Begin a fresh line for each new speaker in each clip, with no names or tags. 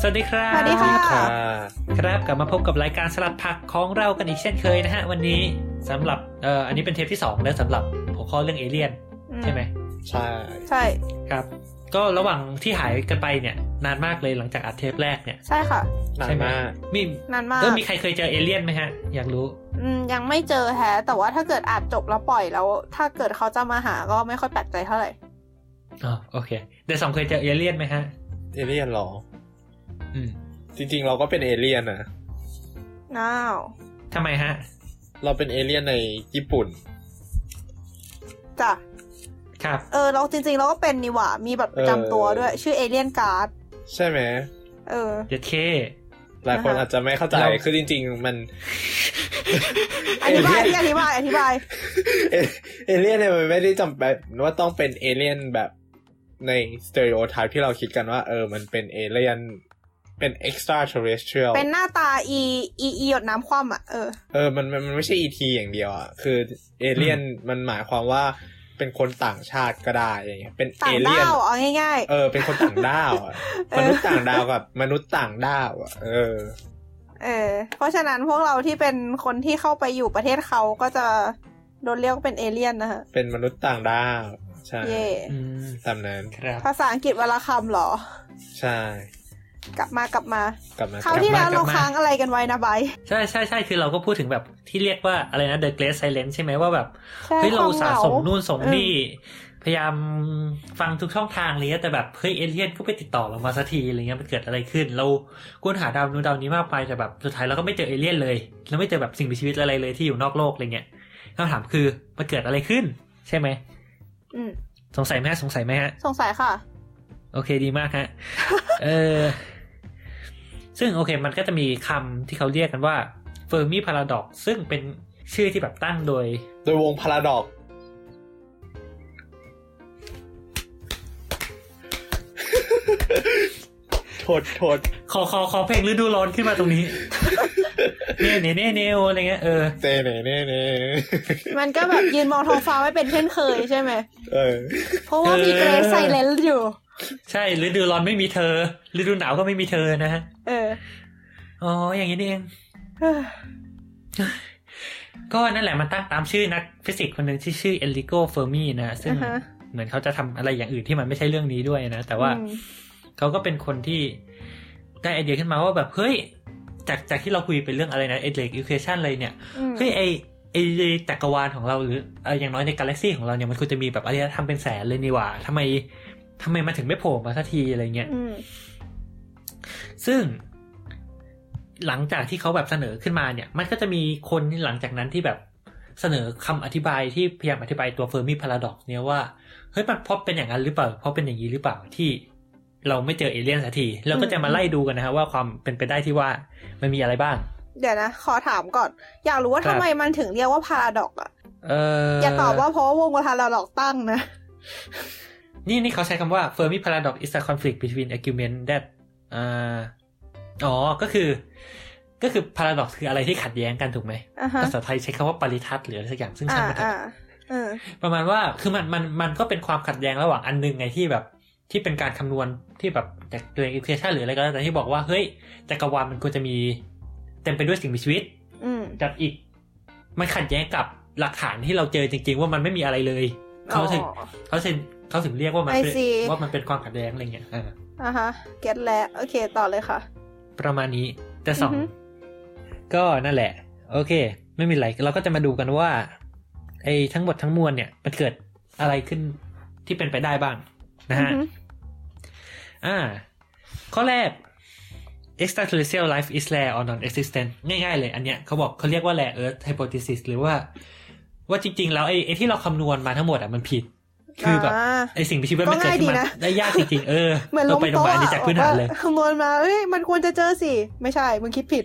สวัสดีครับ
สวัสดีค่ะ
ครับกลับมาพบกับรายการสลัดผักของเรากันอีกเช่นเคยนะฮะ วันนี้สำหรับเอ่ออันนี้เป็นเทปที่สองแล้วสำหรับหัวข้อเรื่องเอเลี่ยน
อื
ใช่ไหม
ใช่
ใช่
ครับ ก็ระหว่างที่หายกันไปเนี่ย นานมากเลยหลังจากอัดเทปแรกเนี่ย
ใช่ค่ะ
นาน
ใช่ไหม
มาก
มี
นานมาก
เออมีใครเคยเจอเอเลี่ยนไหมฮะ อยากรู้
อืมยังไม่เจอแฮะแต่ว่าถ้าเกิดอาจจบแล้วปล่อยแล้ว ถ้าเกิดเขาจะมาหาก็ไม่ค่อยแปลกใจเท่าไหร่
อ๋อโอเคเดยวสองเคยเจอเอเลี่ยนไหมฮะ
เอเลี่ยนเหรอ
อืม
จริง ๆ เราก็เป็นเอเลี่ยนนะ
น้าว
ทำไมฮะ
เราเป็นเอเลี่ยนในญี่ปุ่น
จ้ะ
ครับ
เออ เราจริงๆ เราก็เป็นนี่หว่า มีบัตรประจำตัวด้วย ชื่อเอเลียนการ์ด
ใช่ไหม
เออ
เจ็ดเค
หลายคน
นะคะ
อาจจะไม่เข้าใจ
เรา
คือจริง ๆ มัน
อธิบายพี่อธิบายอธิบาย
เอเอเลี่ยนเนี่ยมันไม่ได้จำเป็นว่าต้องเป็นเอเลี่ยนแบบในสเตอริโอไทป์ที่เราคิดกันว่า เออมันเป็นเอเลี่ยน เป็น extraterrestrial
เป็นหน้าตาอีอีอีหยดน้ำคว่ำอ่ะ เออ
เออมันมันมันไม่ใช่ ET อย่างเดียวอ่ะ คือเอเลี่ยนมันหมายความว่าเป็นคนต่างชาติก็ได้อะไรเงี้ยเป็นเอ
ต่าง
เลี่ย
ด้าน วเอาง่าย
เออ เป็นคนต่างด้าวอะ
เออ
มนุษย์ต่างดาวกับมนุษย์ต่างด้าวอะเออ
ๆ เออ เพราะฉะนั้นพวกเราที่เป็นคนที่เข้าไปอยู่ประเทศเขาก็จะโดนเรียกว่าเป็นเอเลียนนะฮะ
เป็นมนุษย์ต่างดาว ใช่
เย่
อืม
ตามนั้น
ครับ
ภาษาอังกฤษวลาคำเหรอ
ใช่
กลับมากลับมา
กลับมา
คราวที่แล้ว
กลั
เรา
บมา
ค้างอะไรกันไว้นะไบร์ท
ใช่ใช่ใช่คือเราก็พูดถึงแบบที่เรียกว่าอะไรนะ The Great Silence ใช่ไหมว่าแบบ
ใช่
เฮ้ย
ค
เรา
วาม
อุต
เห
สะ
งา
สมนู่นส่ง
เออ
นี่ พยายามฟังทุกช่องทางอะไรเลยแต่แบบเฮ้ยเอเลียนก็ไปติดต่อเรามาสักทีอะไรเงี้ยมันเกิดอะไรขึ้น เราค้นหาดาวนู้นดาวนี้มากไปแต่แบบสุดท้ายเราก็ไม่เจอเอเลี่ยนเลยแล้วไม่เจอแบบสิ่งมีชีวิตอะไรเลยที่อยู่นอกโลกอะไรเงี้ยคำถามคือมันเกิดอะไรขึ้น ใช่ไหม
อืม
สงสัยไหมฮะสงสัยไหมฮะ
สงสัยค่ะ
โอเคดีมาก ฮะ เออ ซึ่งโอเคมันก็จะมีคำที่เขาเรียกกันว่า Fermi Paradox ซึ่งเป็นชื่อที่แบบตั้งโดย
โดยวงพาราดอก โทษโทษ
ขอขอขอเพลงฤดูร้อนขึ้นมาตรงนี้ เนเนเนเนโออะไรเงี้ยเออ
เตเน่เน่เน่
มันก็แบบยืนมองท้องฟ้าไม่เป็นเช่นเคยใช่ไหม
เออ
เพราะว่ามี
เออ
เกรซไซเลนซ์อยู่
ใช่ฤดูร้อนไม่มีเธอ ฤดูหนาวก็ไม่มีเธอนะฮะ
เออ
อ๋อ อย่างนี้นี่เอง
เฮ้ย
ก็นั่นแหละมันตั้งตามชื่อนักฟิสิกส์คนหนึ่งที่ชื่อเอลิโกเฟอร์มีนะ ซึ่ง
อ่าฮะ
เหมือนเขาจะทำอะไรอย่างอื่นที่มันไม่ใช่เรื่องนี้ด้วยนะ แต่ว่า
อืม
เขาก็เป็นคนที่ได้ไอเดียขึ้นมาว่าแบบ เฮ้ย จากจากที่เราคุยเป็นเรื่องอะไรนะเอเล็กอิเคชันอะไรเนี่ย
อืม
เฮ้ยไอไอจักรวาลของเราหรือเอ่ออย่างน้อยในกาแล็กซีของเราเนี่ยมันควรจะมีแบบอารยธรรมเป็นแสนเลยนี่หว่าทำไมทำไมมันถึงไม่โผล่มาสักทีอะไรเงี้ย
อืม
ซึ่ง หลังจากที่เขาแบบเสนอขึ้นมาเนี่ย มันก็จะมีคนหลังจากนั้นที่แบบเสนอคำอธิบายที่พยายามอธิบายตัวเฟอร์มิพาราดอกเนี่ยว่าเฮ้ยมันเพราะเป็นอย่างนั้นหรือเปล่าเพราะเป็นอย่างนี้หรือเปล่าที่ เราไม่เจอเอเลี่ยนสักทีเราก็จะมาไล่ดูกันนะฮะว่าความเป็นไปได้ที่ว่ามันมีอะไรบ้าง
เดี๋ยวนะ ขอถามก่อน อยากรู้ว่า
ครับ
ทำไมมันถึงเรียกว่าพาราดอกอะ
เอออย่
อาตอบว่าเพราะว่าวงพาราดอกตั้งนะ
นี่นี่เขาใช้คำว่า Fermi paradox is a conflict between argument that อ่าอ๋อก็คือ ก็คือ paradox คืออะไรที่ขัดแย้งกันถูกไหม
อ่าฮะ
ภาษาไทยใช้คำว่าปริทัศน์หรืออะไรสักอย่างซึ่ง
อ่า
ช่างมันเถอะ
อ่าเออ
ประมาณว่า คือมัน มัน มันก็เป็นความขัดแย้งระหว่างอันหนึงไงที่แบบ ที่เป็นการคำนวณที่แบบจากเรื่องอิเคชันหรืออะไรก็แล้วแต่ที่บอกว่า เฮ้ย จักรวาลมันควรจะมี เต็มไปด้วยสิ่งมีชีวิต
อืม
กับอีก มันขัดแย้งกับหลักฐานที่เราเจอจริง ๆ ว่ามันไม่มีอะไรเลย เขาถึง เขาถึงเขาถึงเรียกว่ามันเป็น
I see
ว่ามันเป็นความขัดแย้งอะไรเงี้ยอ่า
อ่าฮะ เก็ตแล้ว โอเค ต่อเลยค่ะ
ประมาณนี้แต่สอง
อือฮึ
ก็นั่นแหละ โอเค ไม่มีไรเราก็จะมาดูกันว่าไอ้ทั้งหมดทั้งมวลเนี่ย มันเกิดอะไรขึ้นที่เป็นไปได้บ้างนะฮะ
อือฮึ
อ่า ข้อแรก extraterrestrial life is rare or non-existent ง่ายๆเลยอันเนี้ยเขาบอกเขาเรียกว่า rare earth hypothesis หรือว่า ว่าจริงๆ แล้วไอ้ไอ้ที่เราคำนวณมาทั้งหมดอ่ะมันผิด คือแบบ
า
ไอ้สิ่งมีชีวิตมันเกิดขึ้น
ก็ง่ายดี
มา
นะ
ได้ยากจริงๆ เออ
เหมือนล
เรา
ง
ไปลง
โต๊ะ
มาอันนี้
อะ
จากพื้นฐานเลย
บอกว่คำนวณมาเอ้ยมันควรจะเจอสิ ไม่ใช่ มึงคิดผิด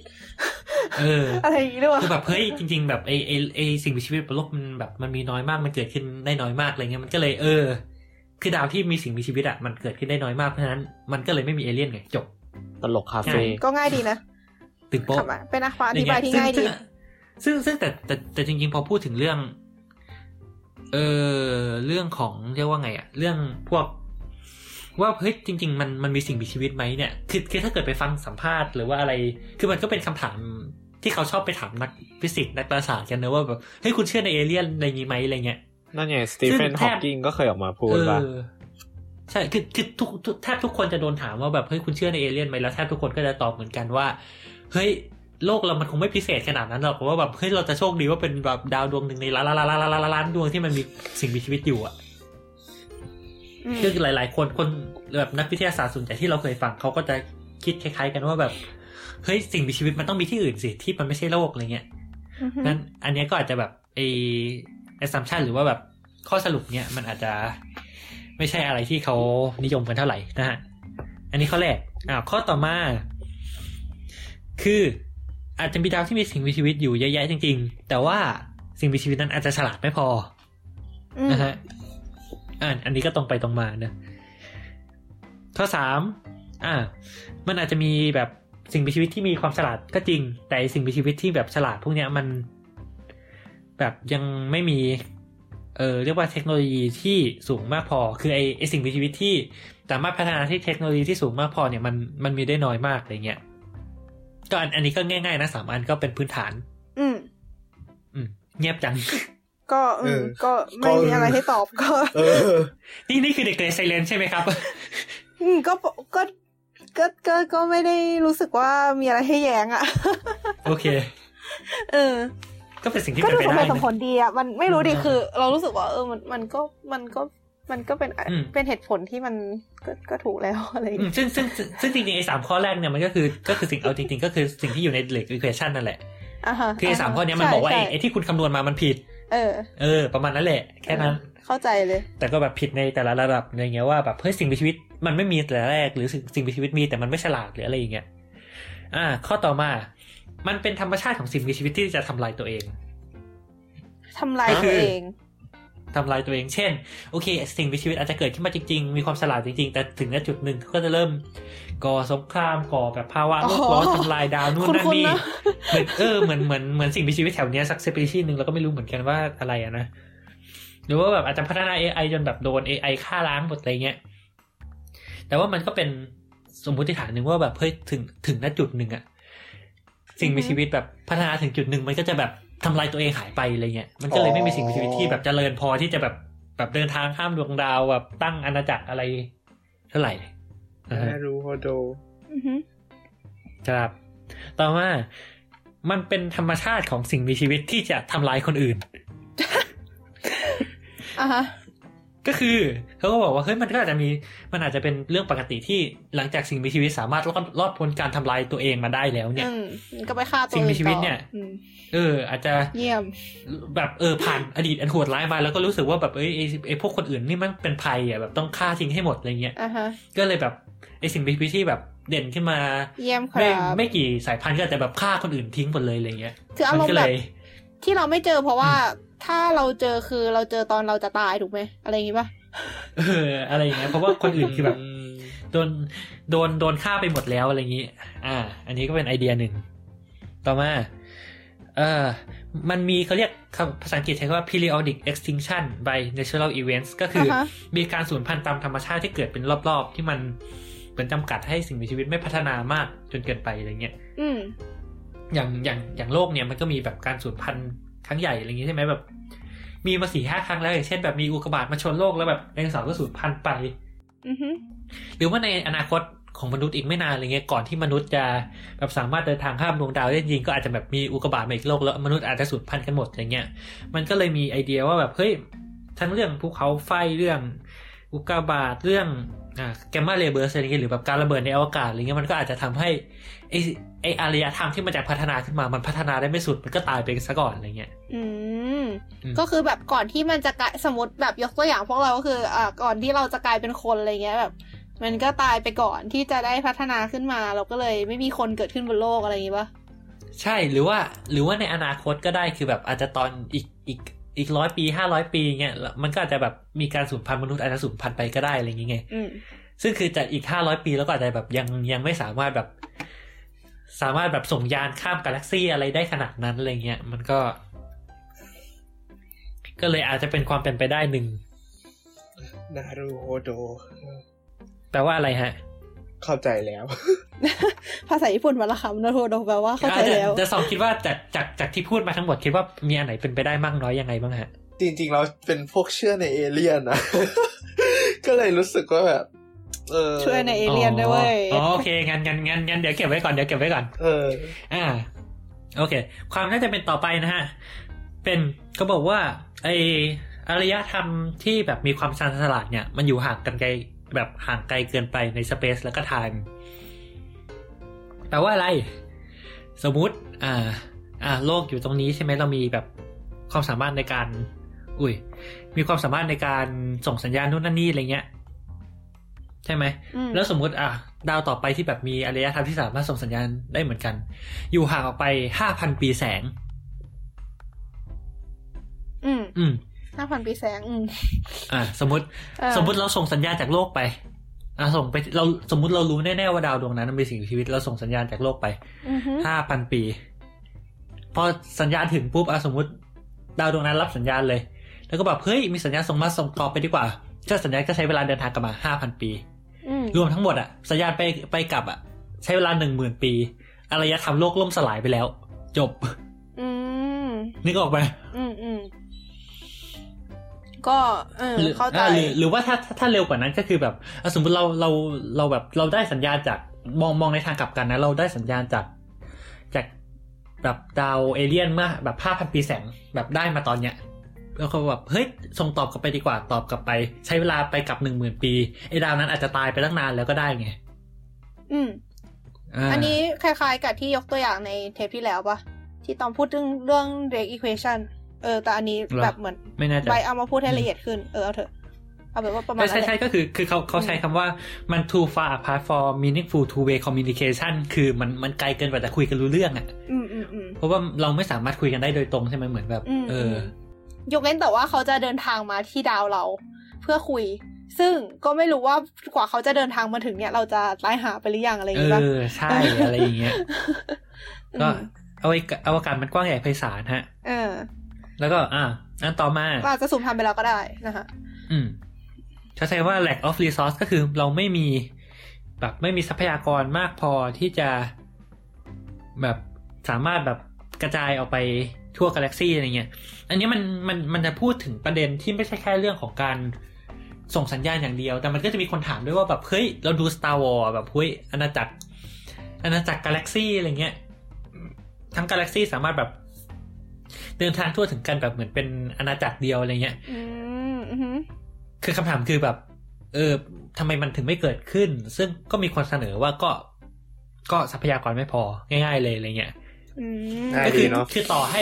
เออ
อะไรอย่างงี้ด้วยวะ
คือแบบเฮ้ยจริง ๆ แบบไอไอไอสิ่งมีชีวิตบนโลกมันแบบมันมีน้อยมากมันเกิดขึ้นได้น้อยมากอะไรเงี้ยมันก็เลยเออ คือดาวที่มีสิ่งมีชีวิตอะมันเกิดขึ้นได้น้อยมากเพราะฉะนั้นมันก็เลยไม่มีเอเลี่ยนไงจบ
ตลกคาเฟ่
ก็ง่ายดีนะ
ตึงโป๊ะ
ขับมาเป็นอาควาอ
อ
ธิ
ย่าง
บา
เงี้
ย
ย
ที่
ซึ่ง
ง่ายดี
ซึ่งซึ่งซึ่งแต่แต่แต่จริง ๆ พอพูดถึงเรื่อง เออเรื่องของเรียกว่าไงอะเรื่องพวก ว่าเฮ้ยจริง ๆ มันมันมีสิ่งมีชีวิตไหมเนี่ยคือคือถ้าเกิดไปฟังสัมภาษณ์หรือว่าอะไร คือมันก็เป็นคำถามที่เขาชอบไปถามนักฟิสิกส์นักดาราศาสตร์กันนะว่าแบบเฮ้ยคุณเชื่อในเอเลี่ยนอะไรอย่างงี้ไหมอะไรเงี้ย
นั่นไงสตีเฟน
ซึ่งแท
ฮอบ ปกิงก็เคยออกมาพูดว่า
เออใช่คือคือทุกทุกแทบทุกคนจะโดนถามว่าแบบเฮ้ยคุณเชื่อในเอเลี่ยนไหมแล้วแทบทุกคนก็จะตอบเหมือนกันว่า เฮ้ยโลกเรามันคงไม่พิเศษขนาดนั้นหรอกเพราะว่าแบบเฮ้ยเราจะโชคดีว่าเป็นแบบดาวดวงหนึ่งในล้านล้านล้านล้านล้านล้านดวงที่มันมีสิ่งมีชีวิตอยู่อะ
อืม
คือหลาย ๆ คนคนแบบนักวิทยาศาสตร์ส่วนใหญ่ที่เราเคยฟังเขาก็จะคิดคล้าย ๆ กันว่าแบบเฮ้ยสิ่งมีชีวิตมันต้องมีที่อื่นสิที่มันไม่ใช่โลกอะไรเงี้ย
อือฮึ
นั้นอันเนี้ยก็อาจจะแบบไอแอสซัมชันหรือว่าแบบข้อสรุปเนี่ยมันอาจจะไม่ใช่อะไรที่เขานิยมกันเท่าไหร่นะฮะ อันนี้ข้อแรกอ่าข้อต่อมา คืออาจจะมีดาวที่มีสิ่งมีชีวิตอยู่เยอะแยะจริง ๆ แต่ว่าสิ่งมีชีวิตนั้นอาจจะฉลาดไม่พอ นะฮะอ่านอันนี้ก็ตรงไปตรงมานะ ข้อสามอ่า มันอาจจะมีแบบสิ่งมีชีวิตที่มีความฉลาดก็จริง แต่สิ่งมีชีวิตที่แบบฉลาดพวกเนี้ยมัน แบบยังไม่มี เออเรียกว่าเทคโนโลยีที่สูงมากพอ คือไอไอสิ่งมีชีวิตที่สามารถพัฒนาที่เทคโนโลยีที่สูงมากพอเนี่ยมันมันมีได้น้อยมากอะไรเงี้ย ก็อันอันนี้ก็ง่ายๆนะสามอันก็เป็นพื้นฐาน
อืม
อืมเงียบ จัง
ก็อืม
เออ
ก็ไม่
ก็
มีอะไรให้ตอบก็
เออ
นี่นี่คือเด็กเกรซไซเลนใช่ไหมครับ
อืมก็ปกก็ก็ก็ก็ไม่ได้รู้สึกว่ามีอะไรให้แย้งอ่ะ
โอเค
เออ
ก็เป็นสิ่งที่
ก็
เป็น
ดู
ไป
สมเห
ได้
ตุสม
นะ
ผลดีอ่ะมันไม่รู้ดิ
อืม
คือ เรารู้สึกว่า เออมันมันก็มันก็มันก็เป็น
อืม
เป็นเหตุผลที่มันก็ก็ถูกแล้วอะไรอย่าง
อืม
เงี้ย
ซึ่งซึ่งซึ่งซึ่งจริงๆไอ้สามข้อแรกเนี่ยมันก็คือก็คือสิ่งเอาจริงๆ ก็คือสิ่งที่อยู่ใน e ล e q u a t i o n นั่นแหละ
อ่ะฮะ
คือไอ้สามข้อเนี้ยมัน
ใช่
บอกว่าไอ้
ใช่
ไอ้ที่คุณคำนวณมามันผิด
เออ
เออ ประมาณนั้นแหละ แค่นั้น
เข้าใจเลย
แต่ก็แบบผิดในแต่ละระดับอะไรเงี้ยว่าแบบเฮ้ยสิ่งมีชีวิตมันไม่มีแต่แรก หรือสิ่งสิ่งมีชีวิตมีแต่มันไม่ฉลาดหรืออะไรอย่างเงี้ยอ่า ข้อต่อมา มันเป็นธรรมชาติของสิ่งมีชีวิตที่จะทำลายตัวเอง
ทำลาย
ก็คื
ตัว
อ
เอง
ทำลายตัวเอง เช่น โอเค สิ่งมีชีวิตอาจจะเกิดขึ้นมาจริง ๆ มีความฉลาดจริง ๆ แต่ถึงณจุดหนึ่งเขาก็จะเริ่ม ก่อสงคราม ก่อแบบภาวะโลกร้อน
อ๋อ
ทำลายดาวนู่นนั่น
คุ้นๆ
นี่
นะ
เหมือนเออ เหมือน เหมือน เหมือนสิ่งมีชีวิตแถวเนี้ยสักสปีชีส์หนึ่งเราก็ไม่รู้เหมือนกันว่าอะไรอะนะ หรือว่าแบบอาจจะพัฒนา AI จนแบบโดน AI ฆ่าล้างหมดอะไรเงี้ย แต่ว่ามันก็เป็นสมมติฐานหนึ่งว่าแบบเฮ้ยถึง ถึงณจุดหนึ่งอะสิ่งมีชีวิตแบบพัฒนาถึงจุดหนึ่งมันก็จะแบบทำลายตัวเองหายไปอะไรเงี้ย มันก็เลยไม่มีสิ่งมีชีวิตที่แบบเจริญพอที่จะแบบ แบบเดินทางข้ามดวงดาวแบบตั้งอาณาจักรอะไรเท่าไหร่นะฮะ
น่ารู้โฮโด
อือฮึ
ครับ ต่อมา มันเป็นธรรมชาติของสิ่งมีชีวิตที่จะทำร้ายคนอื่น
อ่ะฮะ
ก็คือเขาก็บอกว่าเฮ้ยมันก็อาจจะมี มันอาจจะเป็นเรื่องปกติที่หลังจากสิ่งมีชีวิตสามารถรอดรอดพ้นการทำลายตัวเองมาได้แล้วเนี่ย
อืมก็ไปฆ่าตัว
สิ่งมีชีวิต
อื่
เนี่ย
ต่ออืม
เออ อาจจะ
เยี่ยม
แบบเออผ่านอดีตอันโหดร้ายมาแล้วก็รู้สึกว่าแบบเอ้ยไอ้ไอ้พวกคนอื่นนี่มันเป็นภัยอ่ะแบบต้องฆ่าทิ้งให้หมดอะไรเงี้ย
อ่ะฮะ
ก็เลยแบบไอ้สิ่งมีชีวิตที่แบบเด่นขึ้นมา
เยี่ยมค
ไม่
รับ
ไม่กี่สายพันธุ์ก็อาจจะแบบฆ่าคนอื่นทิ้งหมดเลยอะไรเงี้ย
คืออาร
มั
ม
ก็
ณ์แบ
เล
บ
ย
ที่เราไม่เจอเพราะว่าถ้าเราเจอคือเราเจอตอนเราจะตายถูกไหมอะไรอย่างงี้ป่ะ
เอออะไรอย่างเงี้ยเพราะว่าคนอื่นคือแบบ โดนโดนโดนฆ่าไปหมดแล้วอะไรอย่างนี้ อ่า อันนี้ก็เป็นไอเดียหนึ่ง ต่อมา เออมันมีเขาเรียกคำภาษาอังกฤษใช้คำว่า periodic extinction by natural events ก็คือ
อ่าฮะ
มีการสูญพันธุ์ตามธรรมชาติที่เกิดเป็นรอบๆ ที่มันเป็นจำกัดให้สิ่งมีชีวิตไม่พัฒนามากจนเกินไปอะไรเงี้ย
อืม
อย่างอย่างอย่างโลกเนี่ยมันก็มีแบบการสูญพันธุ์ครั้งใหญ่อะไรอย่างงี้ใช่ไหมแบบ มีมาสี่ห้าครั้งแล้วอย่างเช่นแบบมีอุกกาบาตมาชนโลกแล้วแบบไดโนเสาร์ก็สูญพันธุ์ไป
อือฮึ
หรือว่าในอนาคตของมนุษย์อีกไม่นานอะไรเงี้ยก่อนที่มนุษย์จะแบบสามารถเดินทางข้ามดวงดาวได้จริงก็อาจจะแบบมีอุกกาบาตมาอีกโลกแล้วมนุษย์อาจจะสูญพันธุ์กันหมดอย่างเงี้ยมันก็เลยมีไอเดียว่าแบบเฮ้ยทั้งเรื่องภูเขาไฟเรื่องอุกกาบาตเรื่องอ่าแกมมาเรเบอร์อะไรเงี้ยหรือแบบการระเบิดในอวกาศอะไรเงี้ยมันก็อาจจะทำให้ไอไออารยธรรมที่มันจะพัฒนาขึ้นมามันพัฒนาได้ไม่สุดมันก็ตายไปซะก่อนอะไรเงี้ย
อืม
อืม
ก็คือแบบก่อนที่มันจะกลายสมมติแบบยกตัวอย่างพวกเราก็คืออ่าก่อนที่เราจะกลายเป็นคนอะไรเงี้ยแบบ มันก็ตายไปก่อนที่จะได้พัฒนาขึ้นมา เราก็เลยไม่มีคนเกิดขึ้นบนโลกอะไรอย่างงี้ป่ะ
ใช่หรือว่าหรือว่าในอนาคตก็ได้คือแบบอาจจะตอนอีกอีกอีกร้อยปีห้าร้อยปีเงี้ยแล้วมันก็อาจจะแบบมีการสูญพันธุ์มนุษย์อาจจะสูญพันธุ์ไปก็ได้อะไรอย่างเงี้ย
อืม
ซึ่งคือจะอีกห้าร้อยปีแล้วก็อาจจะแบบยังยังไม่สามารถแบบ สามารถแบบส่งยานข้ามกาแล็กซี่อะไรได้ขนาดนั้นอะไรเงี้ยมันก็ ก็เลยอาจจะเป็นความเป็นไปได้หนึ่ง
นารูโฮโด
แปลว่าอะไรฮะ
เข้าใจแล้ว
ภาษาญี่ปุ่นวันละคำนะโทโดแปลว่าเข้าใจแล้ว
จะสองคิดว่าจากจากจากที่พูดมาทั้งหมดคิดว่ามีอันไหนเป็นไปได้มากน้อยยังไงบ้างฮะ
จริงๆเราเป็นพวกเชื่อในเอเลี่ยนนะ ก็เลยรู้สึกว่าแบบ เออ
ช่วยในเอเลียนด้วยเว้ย
อ๋อโอเคงั้นงั้นงั้นงั้นเดี๋ยวเก็บไว้ก่อนเดี๋ยวเก็บไว้ก่อน
เออ
อ่า โอเค ความน่าจะเป็นต่อไปนะฮะ เป็นเขาบอกว่าไออารยธรรมที่แบบมีความชาญฉลาดเนี่ย มันอยู่ห่างกันไกลแบบห่างไกลเกินไปในสเปซแล้วก็ไทม์แปลว่าอะไร สมมุติ อ่า อ่า โลกอยู่ตรงนี้ใช่ไหมเรามีแบบความสามารถในการ อุ้ย มีความสามารถในการส่งสัญญาณนู่นนั่นนี่อะไรเงี้ย ใช่ไหม
อืม
แล้วสมมติอ่ะดาวต่อไปที่แบบมีอารยธรรมที่สามารถส่งสัญญาณได้เหมือนกัน อยู่ห่างออกไปห้าพันปีแสง
อืม
อืม
ห้าพันปีแสงอืม
อ่ะสมมติ
เออ
สมมติเราส่งสัญญาณจากโลกไป อ่ะส่งไปเราสมมติเรารู้แน่ๆว่าดาวดวงนั้นมันมีสิ่งมีชีวิตเราส่งสัญญาณจากโลกไป
อือฮึ
ห้าพันปี พอสัญญาณถึงปุ๊บอ่ะสมมติดาวดวงนั้นรับสัญญาณเลย แล้วก็แบบเฮ้ยมีสัญญาณส่งมาส่งต่อไปดีกว่าเจ้าสัญญาณก็ใช้เวลาเดินทางกลับมาห้าพันปี
อืม
รวมทั้งหมดอะสัญญาณไปไปกลับอะใช้เวลาหนึ่งหมื่นปีอารยธรรมโลกล่มสลายไปแล้ว จบ
อืม
นึกออกไหม
อืมอืมก็เออ
หรือ
เข้าใจ
อ่าหรือหรือว่าถ้าถ้าถ้าเร็วกว่านั้นก็คือแบบอ่ะสมมติเราเราเราแบบเราได้สัญญาณจากมองมองในทางกลับกันนะ เราได้สัญญาณจากจากแบบดาวเอเลี่ยนเมื่อแบบห้าพันปีแสงแบบได้มาตอนเนี้ยแล้วก็แบบเฮ้ยส่งตอบกลับไปดีกว่าตอบกลับไป ใช้เวลาไปกลับหนึ่งหมื่นปีไอ้ดาวนั้นอาจจะตายไปตั้งนานแล้วก็ได้ไง
อืม
า
อันนี้คล้ายๆกับที่ยกตัวอย่างในเทปที่แล้วปะที่ตอนพูดเรื่องเรื่อง Drake Equation เออ แต่อันนี้
เหรอ
แบบเหมือน
ไม่แน่ใจ
ใบเอามาพูดให้ละเอียดขึ้น เออ เอาเถอะ เอาแบบว่าประมาณ
ใช่
นั้น
ใช่
แห
ใช่
ละ
ก็คือคือเขาเขาใช้คำว่ามัน too far apart for meaningful two way communication คือมันมันไกลเกินกว่าจะคุยกันรู้เรื่องอะ
อืมอืมอืม
เพราะว่าเราไม่สามารถคุยกันได้โดยตรงใช่ไหมเหมือนแบบ
อืม
เอออ
ม ยกเว้นแต่ว่าเขาจะเดินทางมาที่ดาวเรา เพื่อคุย ซึ่งก็ไม่รู้ว่ากว่าเขาจะเดินทางมาถึงเนี่ย เราจะไล่หาไปหรือยังอะไรอย่าง
เอ
งี้ปะ
อ ใช่อะไรอย่างเงี้ย ก็
อืม
เอาไว้อวกาศมันกว้างใหญ่ไพศาลฮะ
เออ
แล้วก็อ่ะอันต่อมา
ก็อาจจะสูญพันธุ์ไปแล้วก็ได้นะคะ
อืมเขาใช้ว่า lack of resource ก็คือเราไม่มี แบบไม่มีทรัพยากรมากพอที่จะ แบบสามารถแบบกระจายออกไปทั่วกาแล็กซี่อะไรเงี้ย อันนี้มันมันมันจะพูดถึงประเด็นที่ไม่ใช่แค่เรื่องของการส่งสัญญาณอย่างเดียว แต่มันก็จะมีคนถามด้วยว่าแบบเฮ้ยเราดู Star Wars อะแบบเฮ้ยอาณาจักรอาณาจักรกาแล็กซี่อะไรเงี้ย ทั้งกาแล็กซี่สามารถแบบเดินทางทั่วถึงกันแบบเหมือนเป็นอาณาจักรเดียวอะไรเงี้ย
อืมอือหือ
คือคำถามคือแบบ เออทำไมมันถึงไม่เกิดขึ้น ซึ่งก็มีคนเสนอว่าก็ ก็ทรัพยากรไม่พอง่าย ๆ เลยอะไรเงี้ย
อืม
ได้
ก็คื
เนอะ
คือต่อให้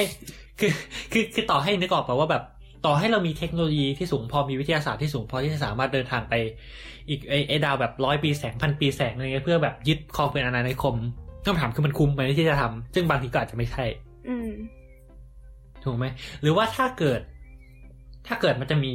คือคือคือต่อให้นึกออกป่าว่าแบบ ต่อให้เรามีเทคโนโลยีที่สูงพอมีวิทยาศาสตร์ที่สูงพอที่จะสามารถเดินทางไป อีกไอไอดาวแบบร้อยปีแสงพันปีแสงอะไรเงี้ยเพื่อแบบยึดครองเป็นอาณานิคมคำถามคือมันคุ้มไหมที่จะทำซึ่งบางทีก็อาจจะไม่ใช่
อืม
ถูกไหมหรือว่าถ้าเกิด ถ้าเกิดมันจะมี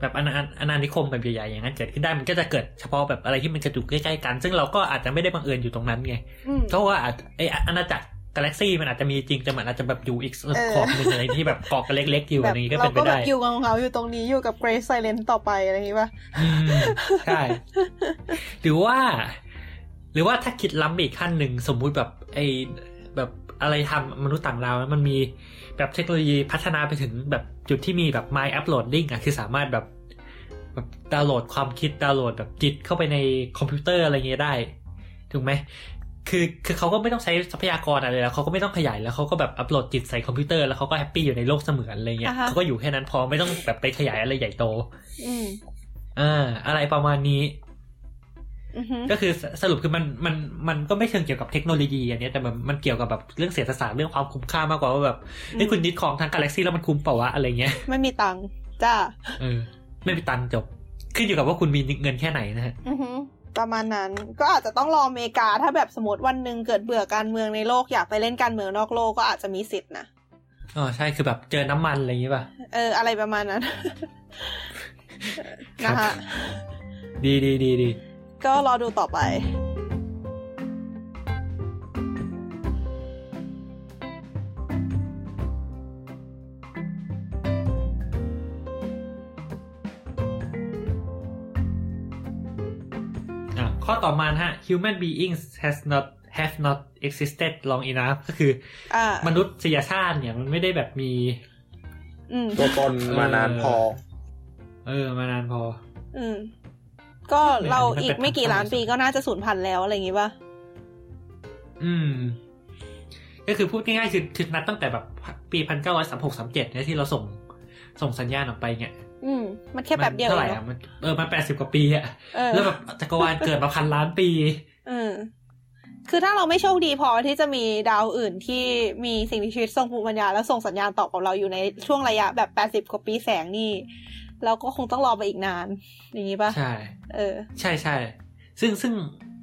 แบบอนาอาณานิคมแบบใหญ่ๆอย่างนั้นเกิดขึ้นได้มันก็จะเกิดเฉพาะแบบอะไรที่มันกระจุกใกล้ๆกัน ซึ่งเราก็อาจจะไม่ได้บังเอิญอยู่ตรงนั้นไง
อืม
เพราะว่าอาจไออาณาจักรกาแล็กซี่มันอาจจะมีจริงแต่มันอาจจะแบบอยู่อีก
เออ
ขอบหนึงอะไรที่แบบเกาะกันเล็กๆอยู่
แบ
อะ
บ
ไรอย่างนี้ก็
เรา
เป็นไป
ก็แบ
ได้
บอยู่กับของเขาอยู่ตรงนี้อยู่กับเกรซไซเลนต่อไปอะไรอย่างงี้ป่ะ
อืมใช่หรือว่า หรือว่าถ้าคิดล้ำไปอีกขั้นหนึ่งสมมุติแบบไอแบบอะไรทำมนุษย์ต่างดาวนะมันมีแบบเทคโนโลยีพัฒนาไปถึงแบบจุดที่มีแบบ My Uploading อะคือสามารถแบบแบบดาวน์โหลดความคิดดาวน์โหลดแบบจิตเข้าไปในคอมพิวเตอร์อะไรเงี้ยได้ ถูกไหมคือคือเขาก็ไม่ต้องใช้ทรัพยากรอะไรแล้วเขาก็ไม่ต้องขยายแล้วเขาก็แบบอัปโหลดจิตใส่คอมพิวเตอร์แล้วเขาก็แฮปปี้อยู่ในโลกเสมือนอะไรเงี้ย
อ่าฮะ
เขาก็อยู่แค่นั้นพอไม่ต้องแบบไปขยายอะไรใหญ่โต
อืม
อ่าอะไรประมาณนี้
อือหือ
ก็คือสสรุปคือมันมันมันก็ไม่เชิงเกี่ยวกับเทคโนโลยีอันเนี้ยแต่มันมันเกี่ยวกับแบบเรื่องเศรษฐศาสตร์เรื่องความคุ้มค่ามากกว่าว่าแบบ
อืม
นี่คุณยึดของทางกาแล็กซี่แล้วมันคุ้มเปล่าวะอะไรเงี้ย
ไม่มีตังค์จ้า
เออไม่มีตังค์จบ ขึ้นอยู่กับว่าคุณมีเงินแค่ไหนนะฮะ
อือฮึประมาณนั้นก็อาจจะต้องรออเมริกา ถ้าแบบสมมติวันหนึ่งเกิดเบื่อการเมืองในโลกอยากไปเล่นการเมืองนอกโลกก็อาจจะมีสิทธิ์นะ
อ๋อใช่คือแบบเจอน้ำมันอะไรอย่างงี้ป่ะ
เออ อะไรประมาณนั้น
ครั
นะ
บ
คะ
ดีดีดีดี
ก็รอดูต่อไป
ข้อต่อมานะฮะ human beings has not have not existed long enough ก็คือ
อ่าม
นุษยชาติเนี่ยมันไม่ได้แบบมี
อืม
ตัวตนมานานพอ
เออมานานพอ
อืม ก็
ไม่
เรา
อันนี้มัน
อี
เป็
ก
น
ไม่กี่ล้าน
คำถาม
ปีก็น่าจะสูญพันธุ์แล้วอะไรอย่างงี้ป่ะ
อืม ก็คือพูดง่ายๆคือคือนับตั้งแต่แบบปีพันเก้าร้อยสามหกสามเจ็ดเนี่ยที่เราส่งส่งสัญญาณออกไปเนี่ย
อืม มันแค่แบบเดียว
มันเท่าไห
เอ
ร่
ง
อะ
เนาะ
มันเออมันแปดสิบกว่าปีอะ
เออ
แล้วแบบจักรวาลเกิดมาพันล้านปี
เออ คือถ้าเราไม่โชคดีพอที่จะมีดาวอื่นที่มีสิ่งมีชีวิตทรงภูมิปัญญา แล้วส่งสัญญาณตอบกับเราอยู่ในช่วงระยะแบบแปดสิบ80 กว่าปีแสงนี่ เราก็คงต้องรอไปอีกนาน อย่างนี้ป่ะ
ใช่
เออ
ใช่ใช่ ซึ่งซึ่ง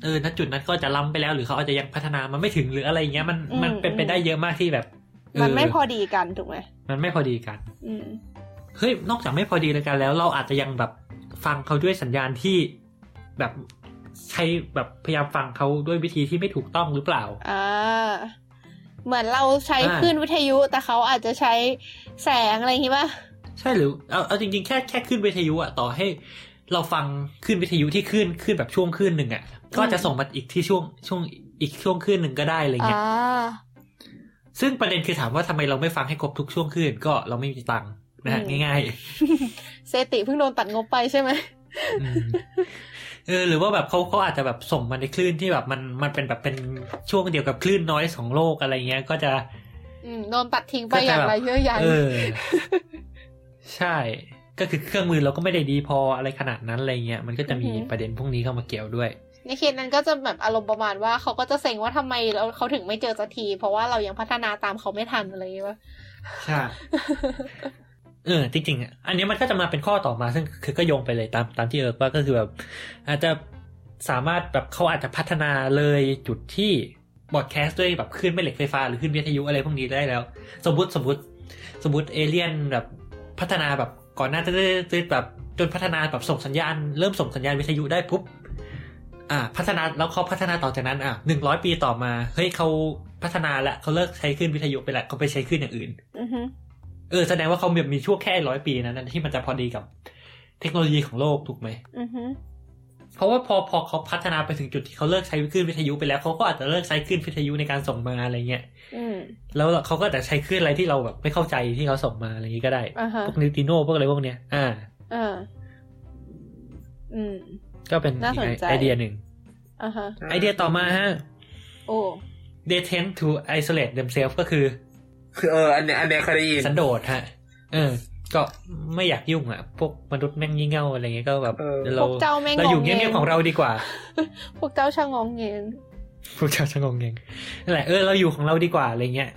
เออณจุดนั้นก็จะล้ำไปแล้วหรือเขาอาจจะยังพัฒนามันไม่ถึงหรืออะไรอย่างเงี้ยมัน
อืม
มันเป็นไปได้เยอะมากที่แบบเ
มันไม่พอดีกันถูกไหม
มันไม่พอดีกัน
อืม
เฮ้ยนอกจากไม่พอดีแล้วกันแล้วเราอาจจะยังแบบฟังเขาด้วยสัญญาณที่แบบใช้แบบพยายามฟังเขาด้วยวิธีที่ไม่ถูกต้องหรือเปล่า
อ่า เหมือนเราใช้
อ่า
คลื่นวิทยุ แต่เขาอาจจะใช้แสงอะไรอย่างงี้ป่ะ
ใช่หรือเอาเอาจริงๆแค่แค่ขึ้นวิทยุอะต่อให้ เราฟังขึ้นวิทยุที่ขึ้นขึ้นแบบช่วงขึ้นหนึ่งอะก็จะส่งมาอีกที่ช่วงช่วงอีกช่วงขึ้นหนึ่งก็ได้อะไรเงี้ย
อ่า
ซึ่งประเด็นคือถามว่าทำไมเราไม่ฟังให้ครบทุกช่วงคืนก็เราไม่มีตังค์นะฮะ
อืม
ง่าย
เซติเพิ่งโดนตัดงบไปใช่ไหม
ๆอืมเออหรือว่าแบบเขาเขาอาจจะแบบส่งมาในคลื่นที่แบบมันมันเป็นแบบเป็นช่วงเดียวกับคลื่นน้อยของโลกอะไรเงี้ย ก็จะ
อืม โดนตัดทิ้งไป
ก็จะ
อย่างไรเยอะใหญ่
เออ ใช่ ก็คือเครื่องมือเราก็ไม่ได้ดีพออะไรขนาดนั้นอะไรเงี้ยมันก็จะมีประเด็นพวกนี้เข้ามาเกี่ยวด้วย
ในเคสนั้นก็จะแบบอารมณ์ประมาณว่าเขาก็จะเซ็งว่าทำไมเราเขาถึงไม่เจอสักที เพราะว่าเรายังพัฒนาตามเขาไม่ทันอะไรอย่างงี้ป่ะ
ใช่เออจริงๆอ่ะอันนี้มันก็จะมาเป็นข้อต่อมาซึ่งคือก็โยงไปเลยตามตามที่เอิร์กว่าก็คือแบบ อาจจะสามารถแบบเขาอาจจะพัฒนาเลยจุดที่บอดแคสต์ด้วยแบบขึ้นแม่เหล็กไฟฟ้าหรือขึ้นวิทยุอะไรพวกนี้ได้แล้ว สมมติสมมติสมมติเอเลี่ยนแบบพัฒนาแบบก่อนหน้าจะจะแบบจนพัฒนาแบบส่งสัญญาณ เริ่มส่งสัญญาณวิทยุได้ปุ๊บอ่า พัฒนาแล้วเขาพัฒนาต่อจากนั้นอ่ะหนึ่งร้อยปีต่อมาเฮ้ยเขาพัฒนาละเขาเลิกใช้ขึ้นวิทยุไปละเขาไปใช้ขึ้นอย่างอื่น
อือฮึ
เออแสดงว่าเขามีมีช่วงแค่ร้อยปีนั้นนะที่มันจะพอดีกับเทคโนโลยีของโลกถูกไหม
อือฮึ
เพราะว่าพอพอเขาพัฒนาไปถึงจุดที่เขาเลิกใช้คลื่นวิทยุไปแล้วเขาก็อาจจะเลิกใช้คลื่นวิทยุในการส่งมาอะไรเงี้ย
อืม
แล้วเขาก็อาจจะใช้คลื่นอะไรที่เราแบบไม่เข้าใจที่เขาส่งมาอะไรอย่างงี้ก็ได้
อ่าฮะ
พวกนิวติโนพวกอะไรพวกเนี้ยอ่า
อ่าอืม
ก็เป็น
น่าสน
อีก
ใจ
ไอเดียหนึ่ง
อ่าฮะ
ไอเดียต่อมาฮะ
โอ้
they tend to isolate themselves ก็คือ
คือเอออันเนี้ยอันเนี้ยเคยได้ยิน
สันโดษฮะเออ ก็ไม่อยากยุ่งอ่ะ พวกมนุษย์แม่งงี่เง่าอะไรเงี้ยก็แบบ
เออ
เรา
พวกเจ้าแม่ง
เราอยู่
งอแง
เงียบๆของเราดีกว่า
พวกเจ้าช่างงองเงิน
พวกเจ้าชะงงเงงนั่นแหละเออเราอยู่ของเราดีกว่าอะไรเงี้ย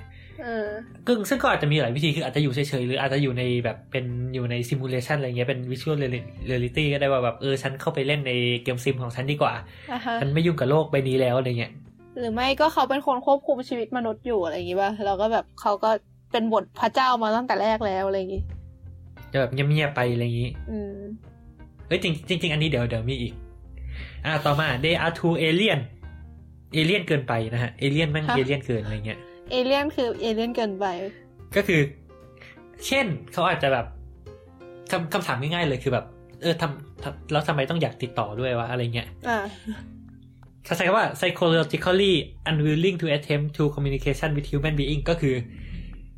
เออ
ซึ่งซึ่งก็อาจจะมีหลายวิธีคืออาจจะอยู่เฉยๆหรืออาจจะอยู่ในแบบเป็นอยู่ในซิมูเลชันอะไรเงี้ยเป็นวิชวลเรียลิตี้ก็ได้ว่าแบบเออฉันเข้าไปเล่นในเกมซิมของฉันดีกว่า
อ่าฮะ
ฉันไม่ยุ่งกับโลกใบนี้แล้วอะไรเงี้ย
หรือไม่ก็เขาเป็นคนควบคุมชีวิตมนุษย์อยู่อะไรอย่างงี้ป่ะแล้วก็แบบเขาก็เป็นบทพระเจ้ามาตั้งแต่แรกแล้วอะไรอย่างงี้
จะแบบเงียบๆไปอะไรอย่างงี้
อืม
เอ้ยจริงจริง ๆ อันนี้เดี๋ยวเดี๋ยวมีอีก อ่ะต่อมา they are too alien alien เกินไปนะฮะ alien แม่ง
ฮะ
alien เกินอะไรเงี้ย
เอเลี่ยนคือเอเลี่ยนเกินไป
ก็คือ เช่นเขาอาจจะแบบคำคำถามง่ายๆเลยคือแบบ เออทำทำแล้วทำไมต้องอยากติดต่อด้วยวะอะไรเงี้ย
อ่า
เขาใช้คำว่า psychologically unwilling to attempt to communication with human being ก็คือ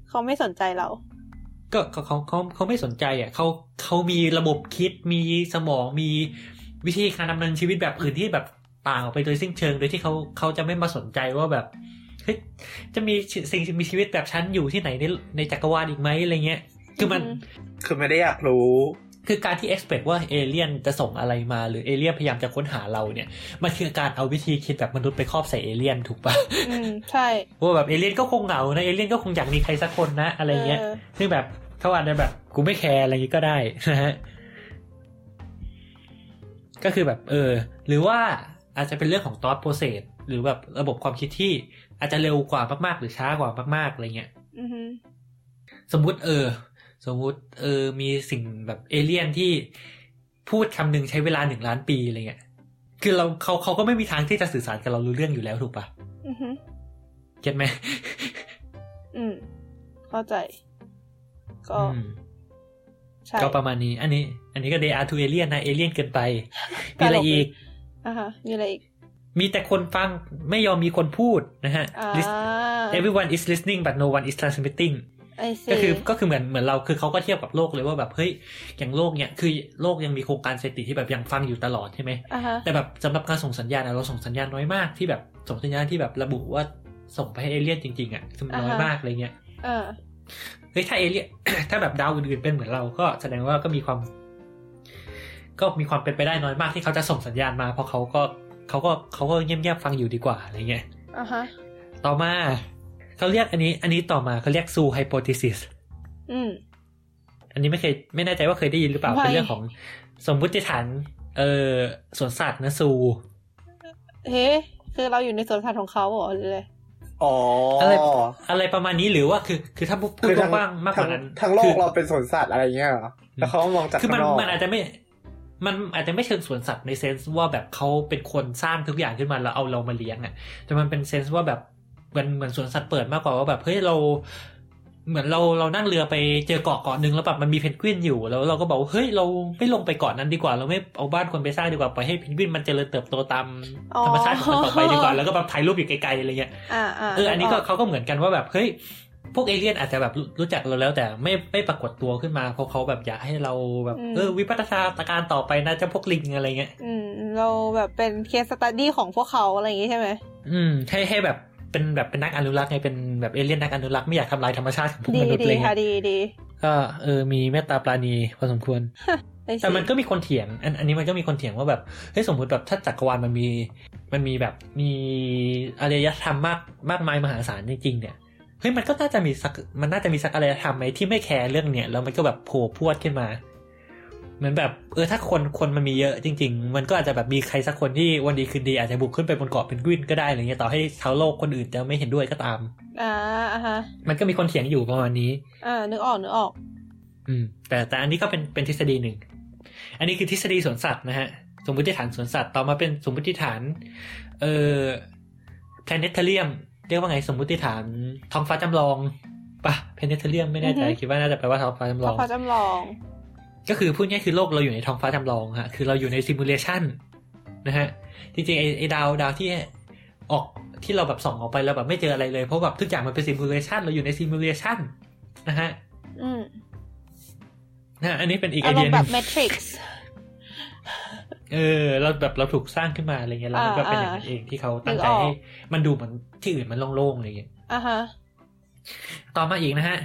เขาไม่สนใจเรา
ก็เขาเขาเขาเขาไม่สนใจอ่ะเขาเขามีระบบคิดมีสมองมีวิธีการดำเนินชีวิตแบบอื่นที่แบบต่างออกไปโดยสิ้นเชิงโดยที่เขาเขาจะไม่มาสนใจว่าแบบเฮ้ยจะมีสิ่งมีชีวิตแบบฉันอยู่ที่ไหนในในจักรวาลอีกไหมอะไรเงี้ย คือมัน
อือฮึ
คือไม่ได้อยากรู้
คือการที่ expect ว่าเอเลี่ยนจะส่งอะไรมาหรือเอเลี่ยนพยายามจะค้นหาเราเนี่ย มันคือการเอาวิธีคิดแบบมนุษย์ไปครอบใส่เอเลี่ยนถูกปะ
อืม ใช่
ว่าแบบเอเลี่ยนก็คงเหงานะเอเลี่ยนก็คงอยากมีใครสักคนนะอะไรเงี้ย
เออ
ซึ่งแบบเขาอาจจะแบบกูไม่แคร์อะไรอย่างงี้ก็ได้นะฮะก็คือแบบเออ หรือว่าอาจจะเป็นเรื่องของ thought process หรือแบบระบบความคิดที่อาจจะเร็วกว่ามากๆ หรือช้ากว่ามากๆอะไรเงี้ย
อือฮึ
สมมุติเออ สมมุติเออมีสิ่งแบบเอเลี่ยนที่พูดคำหนึ่งใช้เวลาหนึ่งล้านปีอะไรเงี้ย คือเราเขาเขาก็ไม่มีทางที่จะสื่อสารกับเรารู้เรื่องอยู่แล้วถูกปะ
อือฮึ
เก็ตไหม
อืม เข้าใจ ก็
อืม
ใช่
ก็ประมาณนี้ อันนี้ อันนี้ก็ day are to alien นะ alien เกินไปมีอะไรอีก
ต อ่าฮะมีอะไรอีก
มีแต่คนฟังไม่ยอมมีคนพูดนะฮะ
อ่า
List- everyone is listening but no one is transmitting
I
ก็คือ
see
ก็คือเหมือนเหมือนเราคือเขาก็เทียบกับโลกเลยว่าแบบเฮ้ยอย่างโลกเนี่ยคือโลกยังมีโครงการสถิติที่แบบยังฟังอยู่ตลอดใช่ไหม
อ่าฮะ
แต่แบบสำหรับการส่งสัญญาณอะเราส่งสัญญาณน้อยมากที่แบบส่งสัญญาณที่แบบระบุว่าส่งไปให้เอเลี่ยนจริงๆอะคือมันน้อยมากอะไรเงี้ย
เออ
เฮ้ยถ้าเอเลี่ยน ถ้าแบบดาวอื่นๆเป็นเหมือนเราก็แสดงว่าก็มีความ ก็มีความเป็นไปได้น้อยมากที่เขาจะส่งสัญญาณมาเพราะเขาก็เขาก็เขาก็เงียบๆฟังอยู่ดีกว่าอะไรเงี้ย
อ่าฮะ
ต่อมาเขาเรียกอันนี้ อันนี้ต่อมาเขาเรียกซูไฮโปทีซิส
อืม
อันนี้ไม่เคยไม่แน่ใจว่าเคยได้ยินหรือเปล่า
ไม่
เป็นเรื่องของสมมติฐาน เออสวนสัตว์นะซู
เฮ้คือเราอยู่ในสวนสัตว์ของเขาเหรอหรืออะไร
อ๋ออะไร
อะไรประมาณนี้หรือว่าคือ คือถ้าพูดพูด
คือทั้ง
กว้างๆมากกว่านั้น
ทั้งโล
คื
ก
อ
เราเป็นสวนสัตว์อะไรเงี้ยเหรอแล้วเขาก็มองจาก
คือมัน
ข้างนอก
มัน อาจจะไม่ มันอาจจะไม่เชิงสวนสัตว์ในเซนส์ว่าแบบเขาเป็นคนสร้างทุกอย่างขึ้นมาแล้วเอาเรามาเลี้ยงอะ่ะ แต่มันเป็นเซนส์ว่าแบบเหมือนเหมือนสวนสัตว์เปิดมากกว่าว่าแบบเฮ้ยเรา เหมือนเราเรานั่งเรือไปเจอเกาะเกาะหนึ่งแล้วแบบมันมีเพนกวินอยู่แล้วเราก็บอกว่าเฮ้ยเราไม่ลงไปเกาะนั้นดีกว่า เราไม่เอาบ้านคนไปสร้างดีกว่าปล่อยให้เพนกวินมันเจริญเติบโตตามธรรมชาติของมันต่อไปดีกว่าแล้วก็แบบถ่ายรูปอยู่ไกลๆอะไรเงี้ย
อ่าอ่า
เออ อันนี้ก็เขาก็เหมือนกันว่าแบบ เฮ้ย พวกเอเลี่ยนอาจจะแบบรู้รู้จักเราแล้วแต่ไม่ไม่ปรากฏตัวขึ้นมา เพราะเขาแบบอยากให้เราแบบเออวิวัฒนาการต่อไปนะเจะพวกลิงอะไรเงี้ย
อืม เราแบบเป็นเคสสตัดดี้ของพวกเขาอะไรอย่างงี้ใช่ไหม
อืม ให้ให้แบบเป็นแบบเป็นนักอนุรักษ์ไง เป็นแบบเอเลี่ยนนักอนุรักษ์ไม่อยากทำลายธรรมชาติของพวก
ดี
มนุษย์
ดี
อะไร
ค่ะ
เงี้ย
ดีดี
ก็เออ มีเมตตาปราณีพอสมควร
ไอ้สิ
แต่มันก็มีคนเถียง อันอันนี้มันก็มีคนเถียงว่าแบบเฮ้ยสมมติแบบถ้าจักรวาลมันมี มันมีแบบมีอารยธรรมมากมากมายมหาศาลจริงๆ เนี่ยเฮ้ยมันก็น่าจะมีสักมันน่าจะมีสักอารยธรรมไหมที่ไม่แคร์เรื่องเนี่ยแล้วมันก็แบบโผล่พรวดขึ้นมา เหมือนแบบเออถ้าคนคนมันมีเยอะจริง ๆ มันก็อาจจะแบบมีใครสักคนที่วันดีคืนดีอาจจะบุกขึ้นไปบนเกาะเป็นกวินก็ได้อะไรเงี้ยต่อให้ชาวโลกคนอื่นจะไม่เห็นด้วยก็ตาม
อ่าอ่าฮะ
มันก็มีคนเถียงอยู่ประมาณนี้
อ่านึกออกนึกออก
อืมแต่แต่อันนี้ก็เป็นเป็นทฤษฎีหนึ่ง อันนี้คือทฤษฎีสวนสัตว์นะฮะ สมมติฐานสวนสัตว์ต่อมาเป็นสมมติฐาน เอ่อ planetarium เรียกว่าไงสมมติฐานท้องฟ้าจำลองปะ planetarium ไม่แน่ใจ
อือฮึ
คิดว่าน่าจะแปลว่าท้องฟ้าจำล
เขา
อง
พอจำลอง
ก็คือพูดง่ายๆคือโลกเราอยู่ในท้องฟ้าจำลองฮะ คือเราอยู่ในซิมูเลชันนะฮะ จริงๆไอ้ไอ้ดาวดาวที่ออกที่เราแบบส่องออกไปแล้วแบบไม่เจออะไรเลยเพราะแบบทุกอย่างมันเป็นซิมูเลชันเราอยู่ในซิมูเลชันนะฮะ
อืม
นะฮะอันนี้เป็นอีกไอ
อาร
เดี
ม
ยห
ณ์
นึง
แบบ Matrix
เออเราแบบเราถูกสร้างขึ้นมาอะไรเงี้ยแล้วมันก็
อ่า
เป็นอย่างนั้นเองที่เขาตั้งใจ
นึกออก
ให้มันดูเหมือนที่อื่นมันโล่งๆอะไรเงี้ย
อ่าฮะ
ต่อมาอีกนะฮะ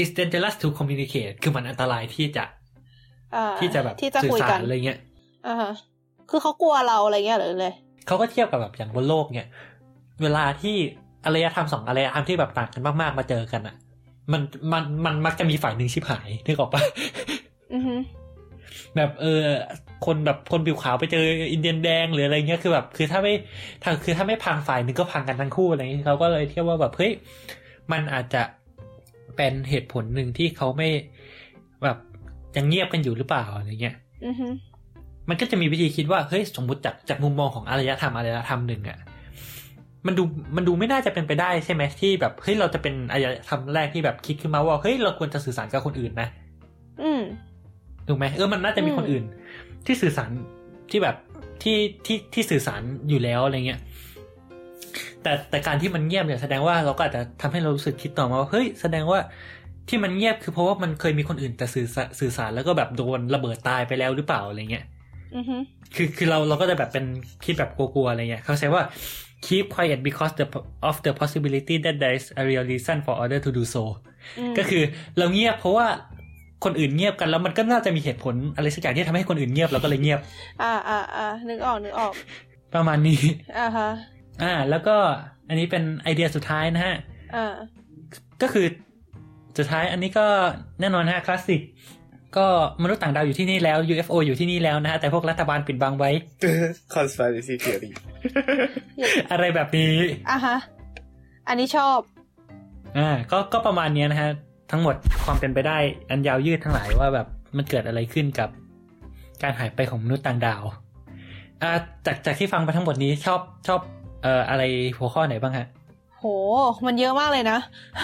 is dangerous to communicate คือมันอันตรายที่จะ
อ่า
ที่จะแบบ
ที่จะ
สื่อ
คุย
สา
กั
ร
น
อะไรเงี้ย
อ่าฮะคือเขากลัวเราอะไรเงี้ยเหรือเลย
เขาก็เทียบกับแบบอย่างบนโลกเนี่ยเวลาที่อารยธรรมสองอารยธรรมที่แบบต่างกันมากๆมาเจอกันอ่ะ มันมันมันมักจะมีฝ่ายหนึ่งชิบหายนึกออกปะ
อือฮึ
แบบเออคนแบบคนผิวขาวไปเจออินเดียนแดงหรืออะไรเงี้ยคือแบบคือถ้าไม่ถ้าคือถ้าไม่พังฝ่ายหนึ่งก็พังกันทั้งคู่อะไรเงี้ยเขาก็เลยเทียบว่าแบบเฮ้ยมันอาจจะเป็นเหตุผลหนึ่งที่เขาไม่แบบยังเงียบกันอยู่หรือเปล่าอะไรเงี้ย
อือฮึ
มันก็จะมีวิธีคิดว่าเฮ้ยสมมติจากจากมุมมองของอารยธรรมอารยธรรมหนึ่งอะมันดูมันดูไม่น่าจะเป็นไปได้ใช่ไหมที่แบบเฮ้ยเราจะเป็นอารยธรรมแรกที่แบบคิดขึ้นมาว่าเฮ้ยเราควรจะสื่อสารกับคนอื่นนะ
อืม
ถูกไหมเออมันน่าจะมี
อืม
คนอื่น ที่สื่อสารที่แบบที่ที่ที่สื่อสารอยู่แล้วอะไรเงี้ยแต่แต่การที่มันเงียบเนี่ยแสดงว่าเราก็อาจจะทำให้เรารู้สึกคิดต่อมาว่าเฮ้ยแสดงว่าที่มันเงียบคือเพราะว่ามันเคยมีคนอื่นแต่สื่อสารสื่อสารแล้วก็แบบโดนระเบิดตายไปแล้วหรือเปล่าอะไรเงี้ย
อือฮึ
คือคือเราเราก็จะแบบเป็นคิดแบบกลัวๆอะไรเงี้ยเขาใช้ว่า keep quiet because the of the possibility that there is a real reason for other to do so
ม
ก็คือเราเงียบเพราะว่าคนอื่นเงียบกันแล้วมันก็น่าจะมีเหตุผลอะไรสักอย่างที่ทำให้คนอื่นเงียบเราก็เลยเงียบ
อ่าอ่าอ่านึกออกนึกออก
ประมาณนี้
อ่าฮะ
อ่า แล้วก็อันนี้เป็นไอเดียสุดท้ายนะฮะ
อ่า
ก็คือสุดท้ายอันนี้ก็แน่นอนฮะคลาสสิกก็มนุษย์ต่างดาวอยู่ที่นี่แล้ว UFO อยู่ที่นี่แล้วนะฮะ แต่พวกรัฐบาลปิดบัง ไว้
คอน spiracy theory
อะไรแบบนี้
อ่าฮะอันนี้ชอบ
อ่าก็ก็ประมาณเนี้ยนะฮะ ทั้งหมดความเป็นไปได้อันยาวยืดทั้งหลายว่าแบบมันเกิดอะไรขึ้นกับการหายไปของมนุษย์ต่างดาวอ่าจากจากที่ฟังไปทั้งหมดนี้ชอบชอบเอ่ออะไรหัวข้อไหนบ้างฮะ
โห มันเยอะมากเลยนะ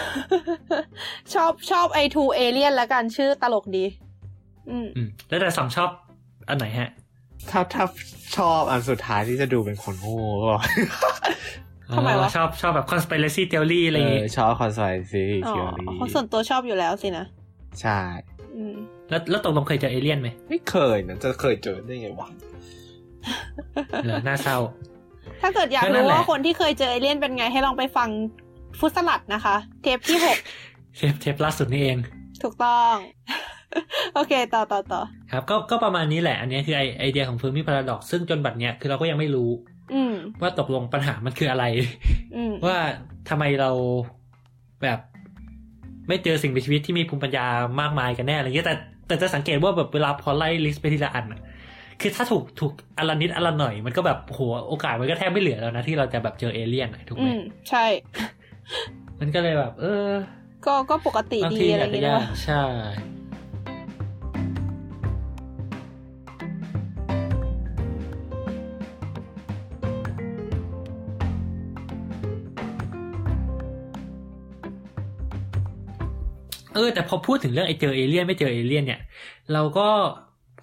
ชอบชอบไอทูเอเลียนละกันชื่อตลกดี อืม
อืมแล้วแต่สองชอบอันไหนฮะ
ถ้าถ้าชอบอันสุดท้ายที่จะดูเป็นคนโง่ก็
ทำไมวะ
อ๋อชอบชอบแบบ conspiracy theory อะไรอย่างงี้
เออชอบคอนซอยซีรีส์
อ๋อ
คิวรี
เขาส่วนตัวชอบอยู่แล้วสินะ
ใช่
อืม
แล้วแล้วตกลงเคยเจอเอเลี่ยนไหม
ไม่เคยนะจะเคยเจอได้ไงวะ
เหรอน่าเศร้ า
ถ้าเกิดอยาก
ก็นั่น
รู้
แหละ
ว่าคนที่เคยเจอเอเลี่ยนเป็นไงให้ลองไปฟังฟุตสลัดนะคะ เทปที่ห ก
เทปเทปล่าสุดนี่เอง
ถูกต้อง โอเค ต่อต่อต่อ
ครับก็ก็ประมาณนี้แหละ อันนี้คือไอไอเดียของ Fermi Paradox ซึ่งจนบัดเนี้ยคือเราก็ยังไม่รู้
อืม
ว่าตกลงปัญหามันคืออะไร
อืม
ว่าทำไมเราแบบไม่เจอสิ่งมีชีวิตที่มีภูมิปัญญามากมายกันแน่อะไรเงี้ยแต่แต่จะสังเกตว่าแบบเวลาพอไล่ลิสต์ไปทีละอันอะคือถ้าถูกถูกอันละนิดอันละหน่อยมันก็แบบโหโอกาสมันก็แทบไม่เหลือแล้วนะที่เราจะแบบเจอเอเลี่ยนอะถูก
อื
ไหม
ม ใช่
มันก็เลยแบบ เออ
ก็ก็ปกติ
บาง
ดี
ที
อะไร
อา
อ
จ
ย่าง
จะ
เงี้ย
ยาก
นะ
ใช่ เออ แต่พอพูดถึงเรื่องไอ้เจอเอเลี่ยนไม่เจอเอเลี่ยนเนี่ย เราก็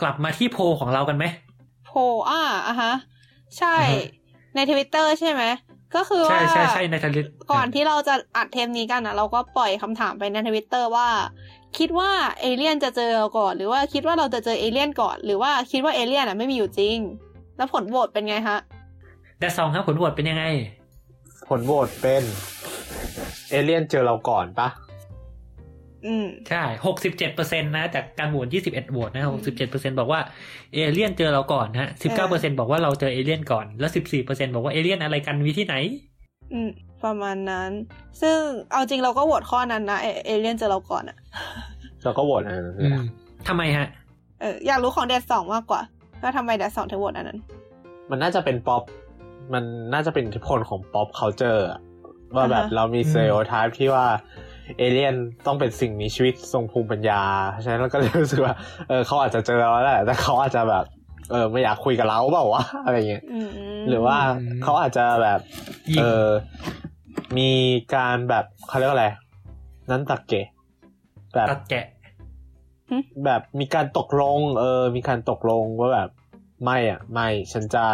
กลับมาที่โพลของเรากันไหม
โพลอ่าอ่ะฮะ ใช่
อ่าฮะ
ในทวิตเตอร์ใช่ไหม ก็คือ
ใช่
ว่า
ใช่ใช่ในทลิต
ก่อนที่เราจะอัดเทปนี้กันนะเราก็ปล่อยคำถามไปในทวิตเตอร์ว่า คิดว่าเอเลี่ยนจะเจอเราก่อน หรือว่าคิดว่าเราจะเจอเอเลี่ยนก่อน หรือว่าคิดว่าเอเลี่ยนอ่ะไม่มีอยู่จริง แล้วผลโหวตเป็นไงฮะ
แต่สองครับผลโหวตเป็นยังไง
ผลโหวตเป็น เอเลี่ยนเจอเราก่อนปะ
อืม
ใช่หกสิบเจ็ดเปอร์เซ็นต์นะ จากการโหวตยี่สิบเอ็ดโหวตนะหกสิบเจ็ดเปอร์เซ็นต์บอกว่าเอเลี่ยนเจอเราก่อนนะสิบเก้าเปอร์เซ็นต์บอกว่าเราเจอเอเลี่ยนก่อน แล้วสิบสี่เปอร์เซ็นต์บอกว่าเอเลี่ยนอะไรกันวิที่ไหน
อืม ประมาณนั้น ซึ่งเอาจริงเราก็โหวตข้อนั้นนะเอเอเลี่ยนเจอเราก่อนอะ
เราก็โหวตอันนั้น
อื
เลย
ม
อะ
ทำไมฮะ
เอออยากรู้ของแดดสองมากกว่าว่าทำไมแดดสองถึงโหวตอันนั้น
มันน่าจะเป็นป๊อปมันน่าจะเป็นอิทธิพลของป๊อปเคาเจอร์ว่าแบบ
อ่าฮะ
เรามี
อืม
เซ r ร o t ไทป์ที่ว่าเอเลี่ยนต้องเป็นสิ่งมีชีวิตทรงภูมิปัญญาเพราะฉะนั้นเราก็เลยรู้สึกว่าเออเขาอาจจะเจอเราแล้วแหละแต่เขาอาจจะแบบ เออไม่อยากคุยกับเราเปล่าวะอะไรเงี้ย
อืม
หรือว่าเขาอาจจะแบบ
ยิ
เอง อ มีการแบบเขาเรียกว่าอะไร นั้นตักเกะแบบ
ตัดแกะ
แบบมีการตกลง เออ มีการตกลงว่าแบบ ไม่อ่ะ ไม่ฉันจะ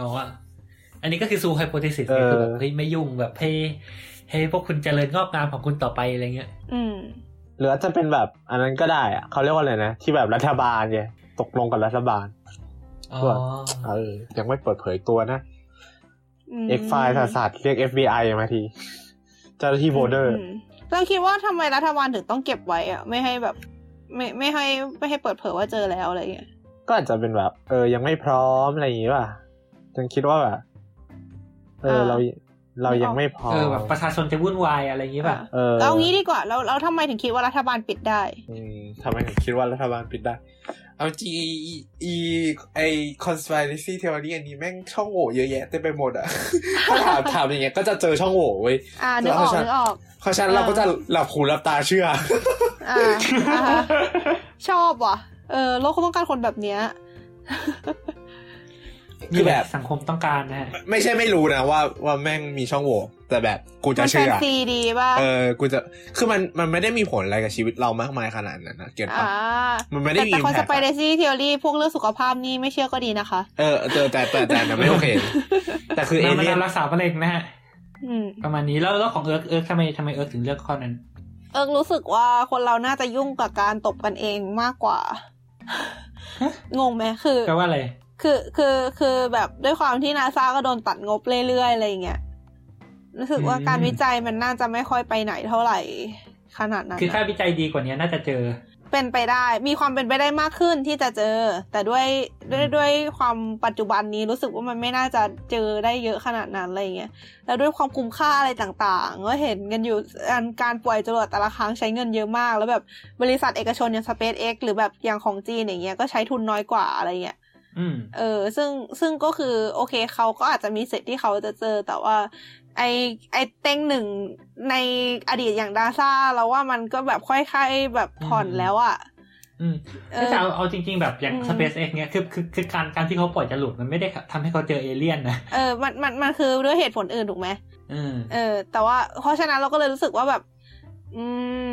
อ๋ออ่ะอันนี้ก็คือซูไฮโป t ท s ิส
เออ
คือแบบเฮ้ยไม่ยุ่งแบบให้ให้พวกคุณเจริญงอกงามของคุณต่อไปอะไรเงี้ย
อืม
หรืออาจจะเป็นแบบ อันนั้นก็ได้อ่ะเขาเรียกว่าอะไรนะ ที่แบบรัฐบาลไงตกลงกับรัฐบาล
อ๋อ
ส่วน เออ ยังไม่เปิดเผยตัวนะเอกไฟล์ศาสตร์เรียก FBI มาที เจ้าหน้าที่โบเดอร์
มเราคิดว่าทำไมรัฐบาลถึงต้องเก็บไว้อะไม่ให้แบบ ไม่ไม่ให้ไม่ให้เปิดเผยว่าเจอแล้วอะไรเงี้ย
ก็อาจจะเป็นแบบ เออ ยังไม่พร้อมอะไรอย่างงี้ป่ะยังคิดว่าแบบเออเราเรายังไม่พร้อม
เออแบบประชาชนจะวุ่นวายอะไรอย่างงี้ป่ะ
อ่ะ
เออ
เรางี้ดีกว่าเราเราทำไมถึงคิดว่ารัฐบาลปิดได้
อืมทำไมถึงคิดว่ารัฐบาลปิดได้ เอาจริงอีอีไอ conspiracy theory อันนี้แม่งช่องโหว่เยอะแยะเต็มไปหมดอะ ถ้าถามถามอย่างเงี้ยก็จะเจอช่องโหว่เว้ย
อ่านึกออกนึกออก
เพราะฉะนั้นเราก็จะหลับหูหลับตาเชื่อ
อ่าอ่าฮะชอบว่ะ เออโลกเขาต้องการคนแบบเนี้ย
คื
คือ
อ
แบ
แบบ บ
สังคมต้องการนะฮะ
ไม่ใช่ไม่รู้นะว่าว่าแม่งมีช่องโหว่แต่แบบกูจะ
มันแฟ
เชื่
น
อ
ซีดีป่ะ
เออ กูจะ คือมันมันไม่ได้มีผลอะไรกับชีวิตเรามากมายขนาดนั้นนะเก็ตปะ
อ่า
มันไม่ได้
แต่
มี
แต่คอนส
impact
ไป
อะ
เดซี่เทอรี่พวกเรื่องสุขภาพนี่ไม่เชื่อก็ดีนะคะ
เออเออแต่แต่แต่แต่ไม่โอเค แต่คือเอ
มัน
เลี่ยน
นำรักษามะเร็งนะฮะ
อืม
ประมาณนี้แล้วแล้วของเอิร์กเอิร์กทำไมทำไมเอิร์กถึงเลือกข้อนั้น
เอิงรู้สึกว่าคนเราน่าจะยุ่งกับการตบกันเองมากกว่า
ฮะ
งงไหมคือ
แปลว่าอะไร
คือคือคือแบบด้วยความที่นาซาก็โดนตัดงบเรื่อยๆอะไรอย่างเงี้ยรู้สึกว่า
อืม
การวิจัยมันน่าจะไม่ค่อยไปไหนเท่าไหร่ขนาดนั้น
คือถ้า
นะ
วิจัยดีกว่านี้น่าจะเจอ
เป็นไปได้ มีความเป็นไปได้มากขึ้นที่จะเจอ แต่ด้วยด้วยด้วยความปัจจุบันนี้รู้สึกว่ามันไม่น่าจะเจอได้เยอะขนาดนั้นอะไรอย่างเงี้ยแล้วด้วยความคุ้มค่าอะไรต่างๆก็เห็นกันอยู่อันการปล่อยจรวดแต่ละครั้งใช้เงินเยอะมาก แล้วแบบบริษัทเอกชนอย่าง SpaceX หรือแบบอย่างของจีนอย่างเงี้ยก็ใช้ทุนน้อยกว่าอะไรอย่างเงี้ย
อืม
เออซึ่งซึ่งก็คือโอเคเขาก็อาจจะมีสิทธิ์ที่เขาจะเจอ แต่ว่า ไอไอเต็งหนึ่งในอดีตอย่างดาซ่าเราว่ามันก็แบบค่อยๆแบบผ่อน
อืม
แล้วอะ่ะ
อืม
เออ
แต่เอาเอาจริง ๆ แบบอย่าง
อืม
SpaceX เนี่ยคือคือคือการการที่เขาปล่อยจรวดมันไม่ได้ทำให้เขาเจอเอเลี่ยนนะ
เออมันมันมันคือด้วยเหตุผลอื่นถูกไหม
อืม
เออแต่ว่าเพราะฉะนั้นเราก็เลยรู้สึกว่าแบบ อื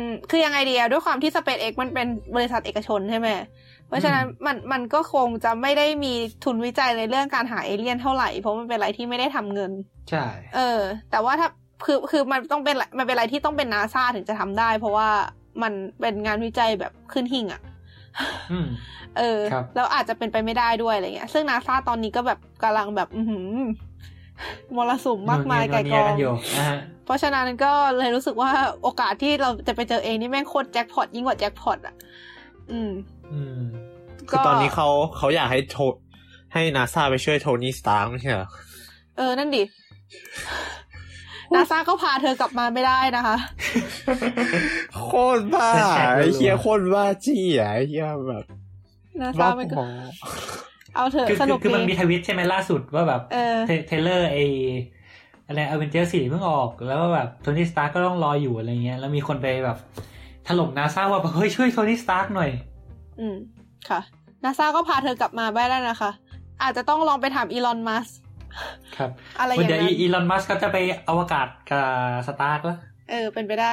มคือยังไงดีอะด้วยความที่ SpaceX มันเป็นบริษัทเอกชนใช่ไหม เพราะฉะนั้นมันมันก็คงจะไม่ได้มีทุนวิจัยในเรื่องการหาเอเลี่ยนเท่าไหร่เพราะมันเป็นอะไรที่ไม่ได้ทำเงิน
ใช่
เออ แต่ว่าถ้าคือคือมันต้องเป็นมันเป็นอะไรที่ต้องเป็นนาซาถึงจะทำได้ เพราะว่ามันเป็นงานวิจัยแบบขึ้นหิ่งอะ
อืม
เออ
ครับ
แล้วอาจจะเป็นไปไม่ได้ด้วยอะไรเงี้ย ซึ่งนาซาตอนนี้ก็แบบกำลังแบบ อือหือมรสุมมากมายไก่
นัวเนี
กอง
กันอยู่นะฮะ
เพราะฉะนั้นก็เลยรู้สึกว่าโอกาสที่เราจะไปเจอเองนี่แม่งโคตรแจ็คพอตยิ่งกว่าแจ็คพอตอ่ะ อืม
อืม
ก็
คือตอนนี้เขาเขาอยากให้โทให้นาซาไปช่วยโทนี่สตาร์กไม่ใช่เหรอ
เออ นั่นดิ นาซาก็พาเธอกลับมาไม่ได้นะคะ
โคตร บ้า
แชทๆรัวๆ
ไอ้เฮียโคตรบ้าจี้อ่ะไอ้เฮียแบบ
นา
บ้า
ซา
บ
มันก็
อ
เอาเถอะ
คือ
ส
คือ
นุก
คือมันมี
ดี
ทวิตใช่ไหมล่าสุดว่าแบบ
เออ
เทเทรลเลอร์ไออะไรอเวนเจอร์สี่เพิ่งออก แล้วก็แบบโทนี่สตาร์ก็ต้องรออยู่อะไรเงี้ย แล้วมีคนไปแบบถล่มนาซาว่าแบบเฮ้ยช่วยโทนี่สตาร์หน่อย
อืม ค่ะนาซาก็พาเธอกลับมาไม่ได้นะคะ อาจจะต้องลองไปถามอีลอนมัสก์
ครับ
อะไรอย่าง
เดี๋ยว
นั้น
อีลอนมัสก็จะไปอวกาศกับสตาร์กแล้ว
เออ เป็นไปได้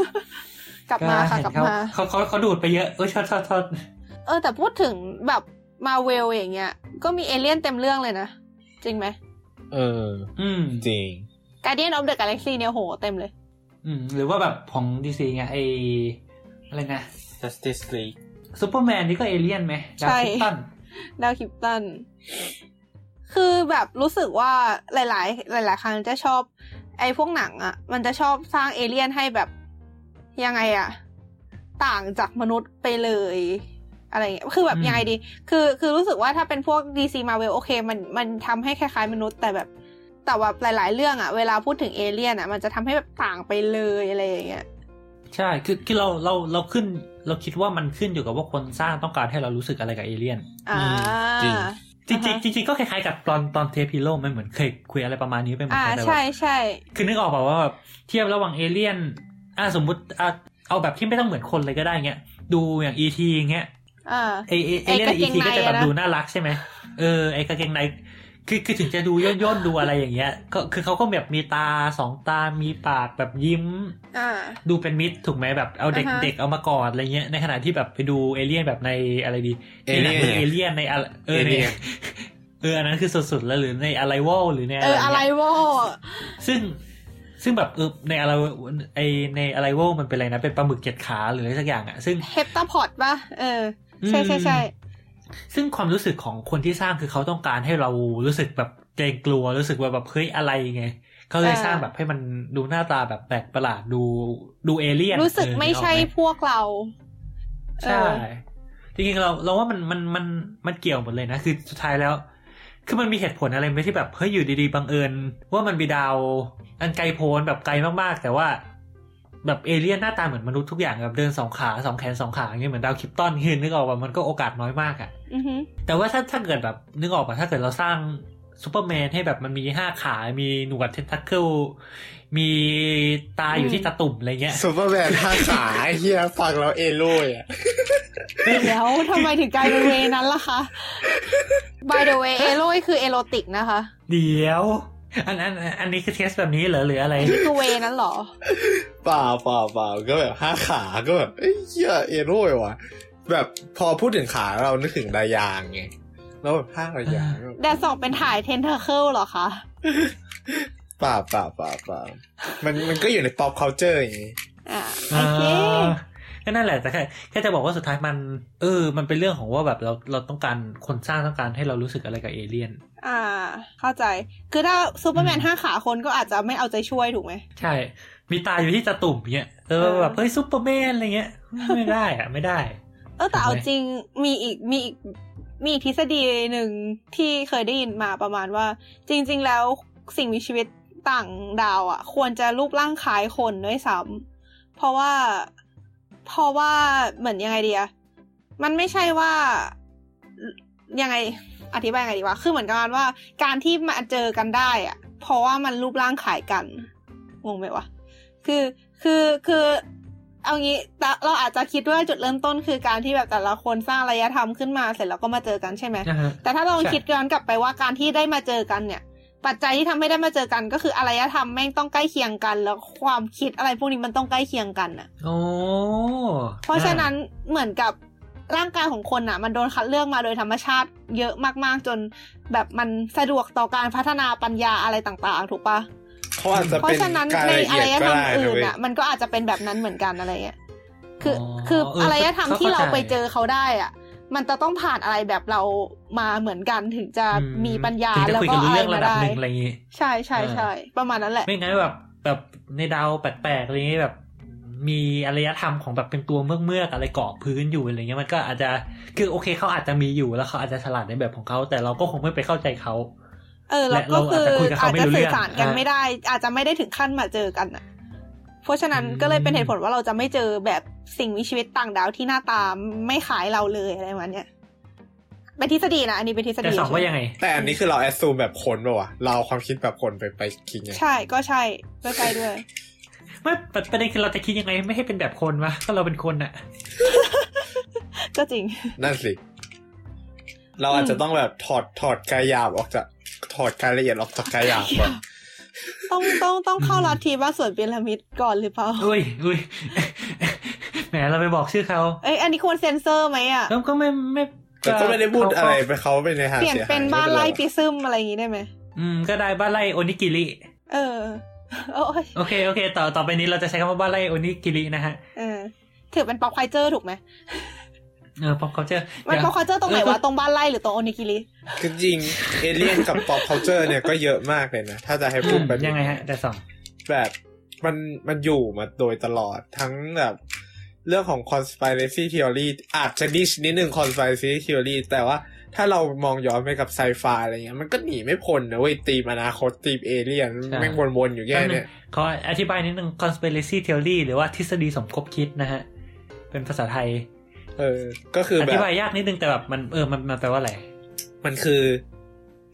กลับมาค่ะ
เห็น
กลับ
เขา
มา
เขาเขาเขาดูดไปเยอะเออชดชดชด
เออ แต่พูดถึงแบบมาเวลอย่างเงี้ย ก็มีเอเลี่ยนเต็มเรื่องเลยนะ จริงไหม
เออ
อืม
จริง
การเดียนออฟเดอะกาแล็กซีเนี่ยโหเต็มเลย
อืมหรือว่าแบบของดีซีไงไออะไรนะ
justice league
ซูเปอร์แมนนี่ก็เอเลี่ยนไหม
ใช่
ดาวคิปตัน
ดาวคิปตัน คือแบบรู้สึกว่าหลาย ๆ หลาย ๆ ครั้งจะชอบ ไอ้พวกหนังอะ่ะ มันจะชอบสร้างเอเลี่ยนให้แบบยังไงอะ่ะ ต่างจากมนุษย์ไปเลย อะไรเงี้ยคือแบบยังไงดี คือคือรู้สึกว่าถ้าเป็นพวก DC Marvel โอเค มันมันทำให้คล้าย ๆ มนุษย์แต่แบบ แต่ว่าหลาย ๆ เรื่องอะ่ะ เวลาพูดถึงเอเลี่ยนอะ่ะ มันจะทำให้แบบต่างไปเลยอะไรอย่างเงี้ย
ใช่คือคือเราเราเราขึ้น เราคิดว่ามันขึ้นอยู่กับว่าคนสร้างต้องการให้เรารู้สึกอะไรกับเอเลี่ยน
อ่า
จ
จ
ริง
ริง
อ่าฮะ
ๆจริงๆก็คล้ายๆกับตอนตอนเทปฮิโร่มันเหมือนเคยคุยอะไรประมาณนี้ไปเหมือน
อ่า
กันแต่
ใช่
ว่า
ใช่
คือนึกออกป่าว่าแบบเทียบระหว่างเอเลี่ยนอ่าสมมติอ่าเอาแบบที่ไม่ต้องเหมือนคนเลยก็ได้เงี้ยดูอย่างอีทีเงี้ย
อ่า
ไอเอเอเลี่ยน
ไอ้
อี
กาง
ที
เกงใน
ก็จะแบบ
อะนะ
ดูน่ารักใช่ไหมเออไอกางเกงในคือคือถึงจะดูย่นย่นๆดูอะไรอย่างเงี้ยก็คือเขาก็แบบมีตาสองตามีปากแบบยิ้ม
อ่า
ดูเป็นมิตรถูกไหมแบบเอาเด็ก
อ่าฮะ
เด็กเอามากอดอะไรเงี้ยในขณะที่แบบไปดูเอเลี่ยนแบบในอะไรดี
เอเลี่ยน
ในหงเอเลี่ยนในอะไรเออใน
Alien
เอออันนั้นคือสุดๆแล้วหรือในอะไรวอลหรือใน
เอออะไร
เงี้ยว
ะ
ซึ่งซึ่งแบบเออในอะไรไอในอะไรวอลมันเป็นอะไรนะเป็นปลาหมึกเจ็ดขาหรืออะไรสักอย่างอ่ะซึ่ง
เฮปตาพอดป่ะ เออ ใช่ใช่ใช่
ซึ่งความรู้สึกของคนที่สร้างคือเขาต้องการให้เรารู้สึกแบบเกรงกลัวรู้สึกว่าแบบเฮ้ยอะไรไงเขาเลย
อ่า
สร้างแบบให้มันดูหน้าตาแบบแปลกประหลาดดูดูเอเลี่ยน
รู้สึก
เออ
ไม่
นึออก
ใช่
ห
พวกเรา
ใช่
เออ
จริงๆเราเราว่ามันมันมันมันเกี่ยวหมดเลยนะ คือสุดท้ายแล้ว คือมันมีเหตุผลอะไรไหมที่แบบเฮ้ยอยู่ดีๆบังเอิญ ว่ามันมีดาว อันไกลโพ้นแบบไกลมากๆ แต่ว่า แบบเอเลี่ยนหน้าตาเหมือนมนุษย์ทุกอย่างแบบเดินสองขาสองแขนสองขาอย่างเงี้ยเหมือนดาวคริปตอนคือนึกออกว่ามันก็โอกาสน้อยมากอะ
อือหือ
แต่ว่าถ้าถ้าเกิดแบบนึกออกป่ะถ้าเกิดเราสร้างซูเปอร์แมนให้แบบมันมีห้าขา มีหนวดเทนทัคเกิลมีตาอยู่ที่ตาตุ่มอะไรเงี้ย
ซูเปอร์แมนท่าขาไอ้เฮียฟังแล้วเอโร่ยอ่ะ
เดี๋ยว ทำไมถึงกลายเป็นเวนั้นล่ะคะ by the way เอโรยคือเอโรติกนะคะ
เดี๋ยว อันอันอันอันนี้คือเทสแบบนี้เหรอหรืออะไร
นี่คือเวนั้นเหรอ
เปล่าเปล่าเปล่าก็แบบห้าขาก็แบบเอ้ยเหี้ยเอโร่ว่ะ แบบพอพูดถึงขาเรานึกถึงดายางไงแล้วแบบห้าดายางก็
แดนสองเป็นถ่ายเทนเทอร์เคิลเหรอคะ
เปล่าเปล่าเปล่าเปล่ามันมันก็อยู่ใน pop culture อย่างงี้
อ่า
อ่
โอเค
าก็นั่นแหละแต่แค่แค่จะบอกว่าสุดท้ายมัน เออ มันเป็นเรื่องของว่าแบบเราเราต้องการคนสร้างต้องการให้เรารู้สึกอะไรกับเอเลี่ยน
อ่า เข้าใจ คือถ้าซูเปอร์แมน
อืม
ห้าขาคนก็อาจจะไม่เอาใจช่วยถูกไหม
ใช่ มีตาอยู่ที่ตาตุ่มเงี้ยเออ
เออ
แบบเฮ้ยซูเปอร์แมนอะไรเงี้ย ไม่ได้อะไม่ได้
เออแต่เอา
ถูกไหม
จริงมีอีกมีอีกมีอีกทฤษฎีหนึ่งที่เคยได้ยินมาประมาณว่า จริง ๆ แล้วสิ่งมีชีวิตต่างดาวอะ่ะ ควรจะรูปร่างคล้ายคนด้วยซ้ำเพราะว่าเพราะว่าเหมือนยังไงดีอะมันไม่ใช่ว่ายังไงอธิบายยังไงดีวะคือเหมือนกันว่า การที่มาเจอกันได้อะเพราะว่ามันรูปร่างคล้ายกันงงไหมวะ คือคือคือเอางี้แต่เราอาจจะคิดว่าจุดเริ่มต้นคือการที่แบบแต่ละคนสร้างอารยธรรมขึ้นมาเสร็จแล้วก็มาเจอกันใช่ไหม
นะฮะ
แต่ถ้าเรา
ใช่
คิดย้อนกลับไปว่าการที่ได้มาเจอกันเนี่ย ปัจจัยที่ทำให้ได้มาเจอกันก็คืออารยธรรมแม่งต้องใกล้เคียงกัน แล้วความคิดอะไรพวกนี้มันต้องใกล้เคียงกันน่ะ
โอ้
เพราะฉะนั้นเหมือนกับ ร่างกายของคนอ่ะ มันโดนคัดเลือกมาโดยธรรมชาติเยอะมากๆ จนแบบมันสะดวกต่อการพัฒนาปัญญาอะไรต่างๆ ถูกปะ
เขาอาจจะ
เพราะ
เป็น
ฉะนั้น
การ
ใน
ละ
อา
เอี
รย
ยดก็
ธรรม
ได้นะ
อื่น
เว้ย
อ่ะ มันก็อาจจะเป็นแบบนั้นเหมือนกันอะไรเงี้ยคืออ
อ
คือ
เออ
อา
อ
รยธรรม
เข้า
ที่เรา
ใจ
ไปเจอเขาได้อ่ะ มันจะต้องผ่านอะไรแบบเรามาเหมือนกันถึงจะ
อื
มีปัญญา
ถึงจะ
แล้ว
คุย
ก็
นรู้
อะไร
เรื่อง
มา
ระดับ
ได้
หนึ่งอะไรอย่างงี้
ใช่ใช่
เออ
ใช่ประมาณนั้นแหละ
ไม่งั้นแบบแบบในดาวแปลกๆอะไรเงี้ยแบบ มีอารยธรรมของแบบเป็นตัวเมือกเมือกๆอะไรเกาะพื้นอยู่อะไรเงี้ยมันก็อาจจะคือโอเคเขาอาจจะมีอยู่แล้วเขาอาจจะฉลาดในแบบของเขาแต่เราก็คงไม่ไปเข้าใจเขา
เออแล้วก็คือ
และเราอาจจะคุยกับเขา
อาจ
ไม่
จะ
รู้เรื่
สื่
อ
อง สารกัน
อ่า
ไม่ได้ อาจจะไม่ได้ถึงขั้นมาเจอกันอ่ะ เพราะฉะนั้น
อืม
ก็เลยเป็นเหตุผลว่าเราจะไม่เจอแบบสิ่งมีชีวิตต่างดาวที่หน้าตาไม่ขายเราเลยอะไรประมาณเนี้ยเป็นทฤษฎีนะอันนี้เป็นทฤษฎี
แต่สองว่ายังไง
แต่อันนี้คือเราแอดซูมแบบคนป่ะวะเราเอาความคิดแบบคนไปไปคิดไง
ใช่ก็ใช่ก็ใช่ด้วย
ไม่ประเด็นคือเราจะคิดยังไงไม่ให้เป็นแบบคนวะก็เราเป็นคนอะ
ก็จริง
นั่นสิ เราอาจจะต้องแบบถอดถอดกายหยาบออกจากถอดกายละเอียดออกจากกายหยาบก่อน
ต้องต้องต้องเข้าลัทธิว่าส่วนพีระมิดก่อนหรือเปล่า
อุ้ยอุ้ย แหมเราไปบอกชื่อเขา
เอ้ยอันนี้ควรเซ็นเซอร์ไหมอ่ะ
แล้วก็ไม่ไม่
แต่ก็ไม่ได้พูดอะไรไปเขาไม่ในทาง
เปลี่ยน
เสียหาย
เป็นบ้าน
ม่
ไล่
เร
ปิซึมอะไรอย่างงี้ได้ไหม
อืมก็ได้บ้านไล่โอนิกิริ
เออโอ้ย
โอเคโอเค ต่อต่อไปนี้เราจะใช้คำว่าบ้านไล่โอนิกิรินะฮะ
เออถือเป็นป๊อปไคเจอร์ถูกไหม
เออพอเขาเจอ
มันป๊อปไคเจอร์ตรงไหน
เออก็
วะตรงบ้านไล่หรือตรงโอนิกิริ
คือจริงเอเลี่ยนกับ pop culture เนี่ยก็เยอะมากเลยนะ ถ้าจะให้พูดแบบนี้
ยังไงฮะแต่สอง
แบบมันมันอยู่มาโดยตลอดทั้งแบบ เรื่องของ conspiracy theory อาจจะดิชนิดนึง conspiracy theory แต่ว่าถ้าเรามองย้อนไปกับไซไฟอะไรเงี้ยมันก็หนีไม่พ้นนะเว้ยตีมอนาคตตีมเอเลี่ยน
ใช่
แม่งวนๆอยู่แค่เนี้ย
ขออธิบายนิดนึง conspiracy theory หรือว่าทฤษฎีสมคบคิดนะฮะ เป็นภาษาไทย
เออ ก็คือ
อ
แบ
ธิ
บ
บายยากนิดนึงแต่แบบมันเออมันมันแปลว่าอะไร
มันคือ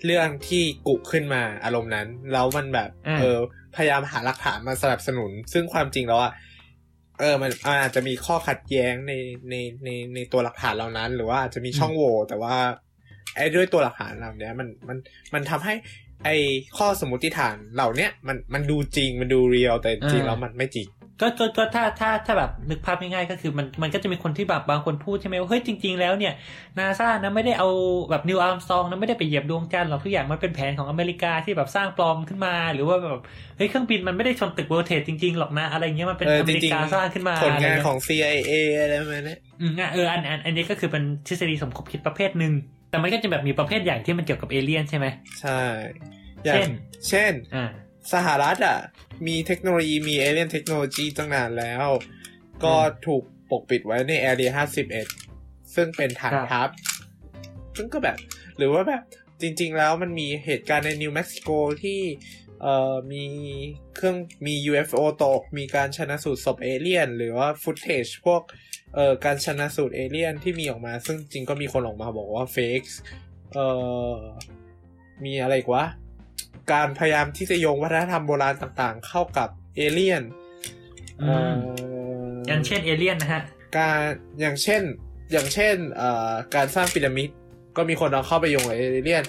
เรื่องที่กุขึ้นมาอารมณ์นั้น แล้วมันแบบ
อืม
เออ พยายามหาหลักฐานมาสนับสนุน ซึ่งความจริงแล้วอะเออมันมันอาจจะมีข้อขัดแย้งในในในในตัวหลักฐานเหล่านั้น หรือว่าอาจจะมีช่องโหว่แต่ว่าไอ้ด้วยตัวหลักฐานเหล่าเนี้ยมันมันมันทำให้ไอ้ข้อสมมติฐานเหล่าเนี้ยมันมันดูจริงมันดูเรียลแต่จริงแล้วมันไม่จริง
ก็ก็ก็ถ้าถ้าถ้าแบบนึกภาพง่ายๆก็คือมันมันก็จะมีคนที่แบบบางคนพูดใช่ไหมว่าเฮ้ยจริง ๆ แล้วเนี่ยนาซานะไม่ได้เอาแบบนิวอาร์มซองนะไม่ได้ไปเหยียบดวงจันทร์หรอกทุกอย่างมันเป็นแผนของอเมริกาที่แบบสร้างปลอมขึ้นมา หรือว่าแบบเฮ้ยเครื่องบินมันไม่ได้ชนตึกเวิลด์เทรดจริงๆหรอกนะอะไรเงี้ยมันเป็น
เออ
อ
จ
เมริ
ริง
กา
ๆ
สร้างขึ้นมา
ผลงาน
อะไรเงี้ย
ของ CIA อะไรประมาณเนี้ย
อืมอ่ะเอออันอันอันนี้ก็คือเป็นทฤษฎีสมคบคิดประเภทหนึ่ง แต่มันก็จะแบบมีประเภทอย่างที่มันเกี่ยวกับเอเลี่ยนใช่ไหม
ใช่อย่าง
เช่น
เช่น
อ่า
สหรัฐอ่ะ มีเทคโนโลยีมีเอเ e ียนเทคโนโลยีตั้งนานแล้ว ก็
อืม
ถูกปกปิดไว้ในแอเรีย51 ซึ่งเป็นฐาน
ครับ
ทัพ ซึ่งก็แบบ หรือว่าแบบ จริง ๆ แล้วมันมีเหตุการณ์ในนิวเม็กซิโกที่เอ่อมีเครื่องมี UFO ตก มีการชนะสูตรศพเอเลี่ยน หรือว่าฟุตเทจพวกเอ่อการชนะสูตรเอเลี่ยนที่มีออกมา ซึ่งจริงก็มีคนออกมาบอกว่าเฟก เอ่อมีอะไรอีกวะ การพยายามที่จะโยงวัฒนธรรมโบราณต่างๆ เข้ากับเอเลี่ยน
อืม
เอ่
ย่างเช่นเอเลี่ยนนะฮะ
การอย่างเช่น อย่างเช่นเอ่อการสร้างพีระมิด ก็มีคนเอาเข้าไปโยงกับเอเลี่ยน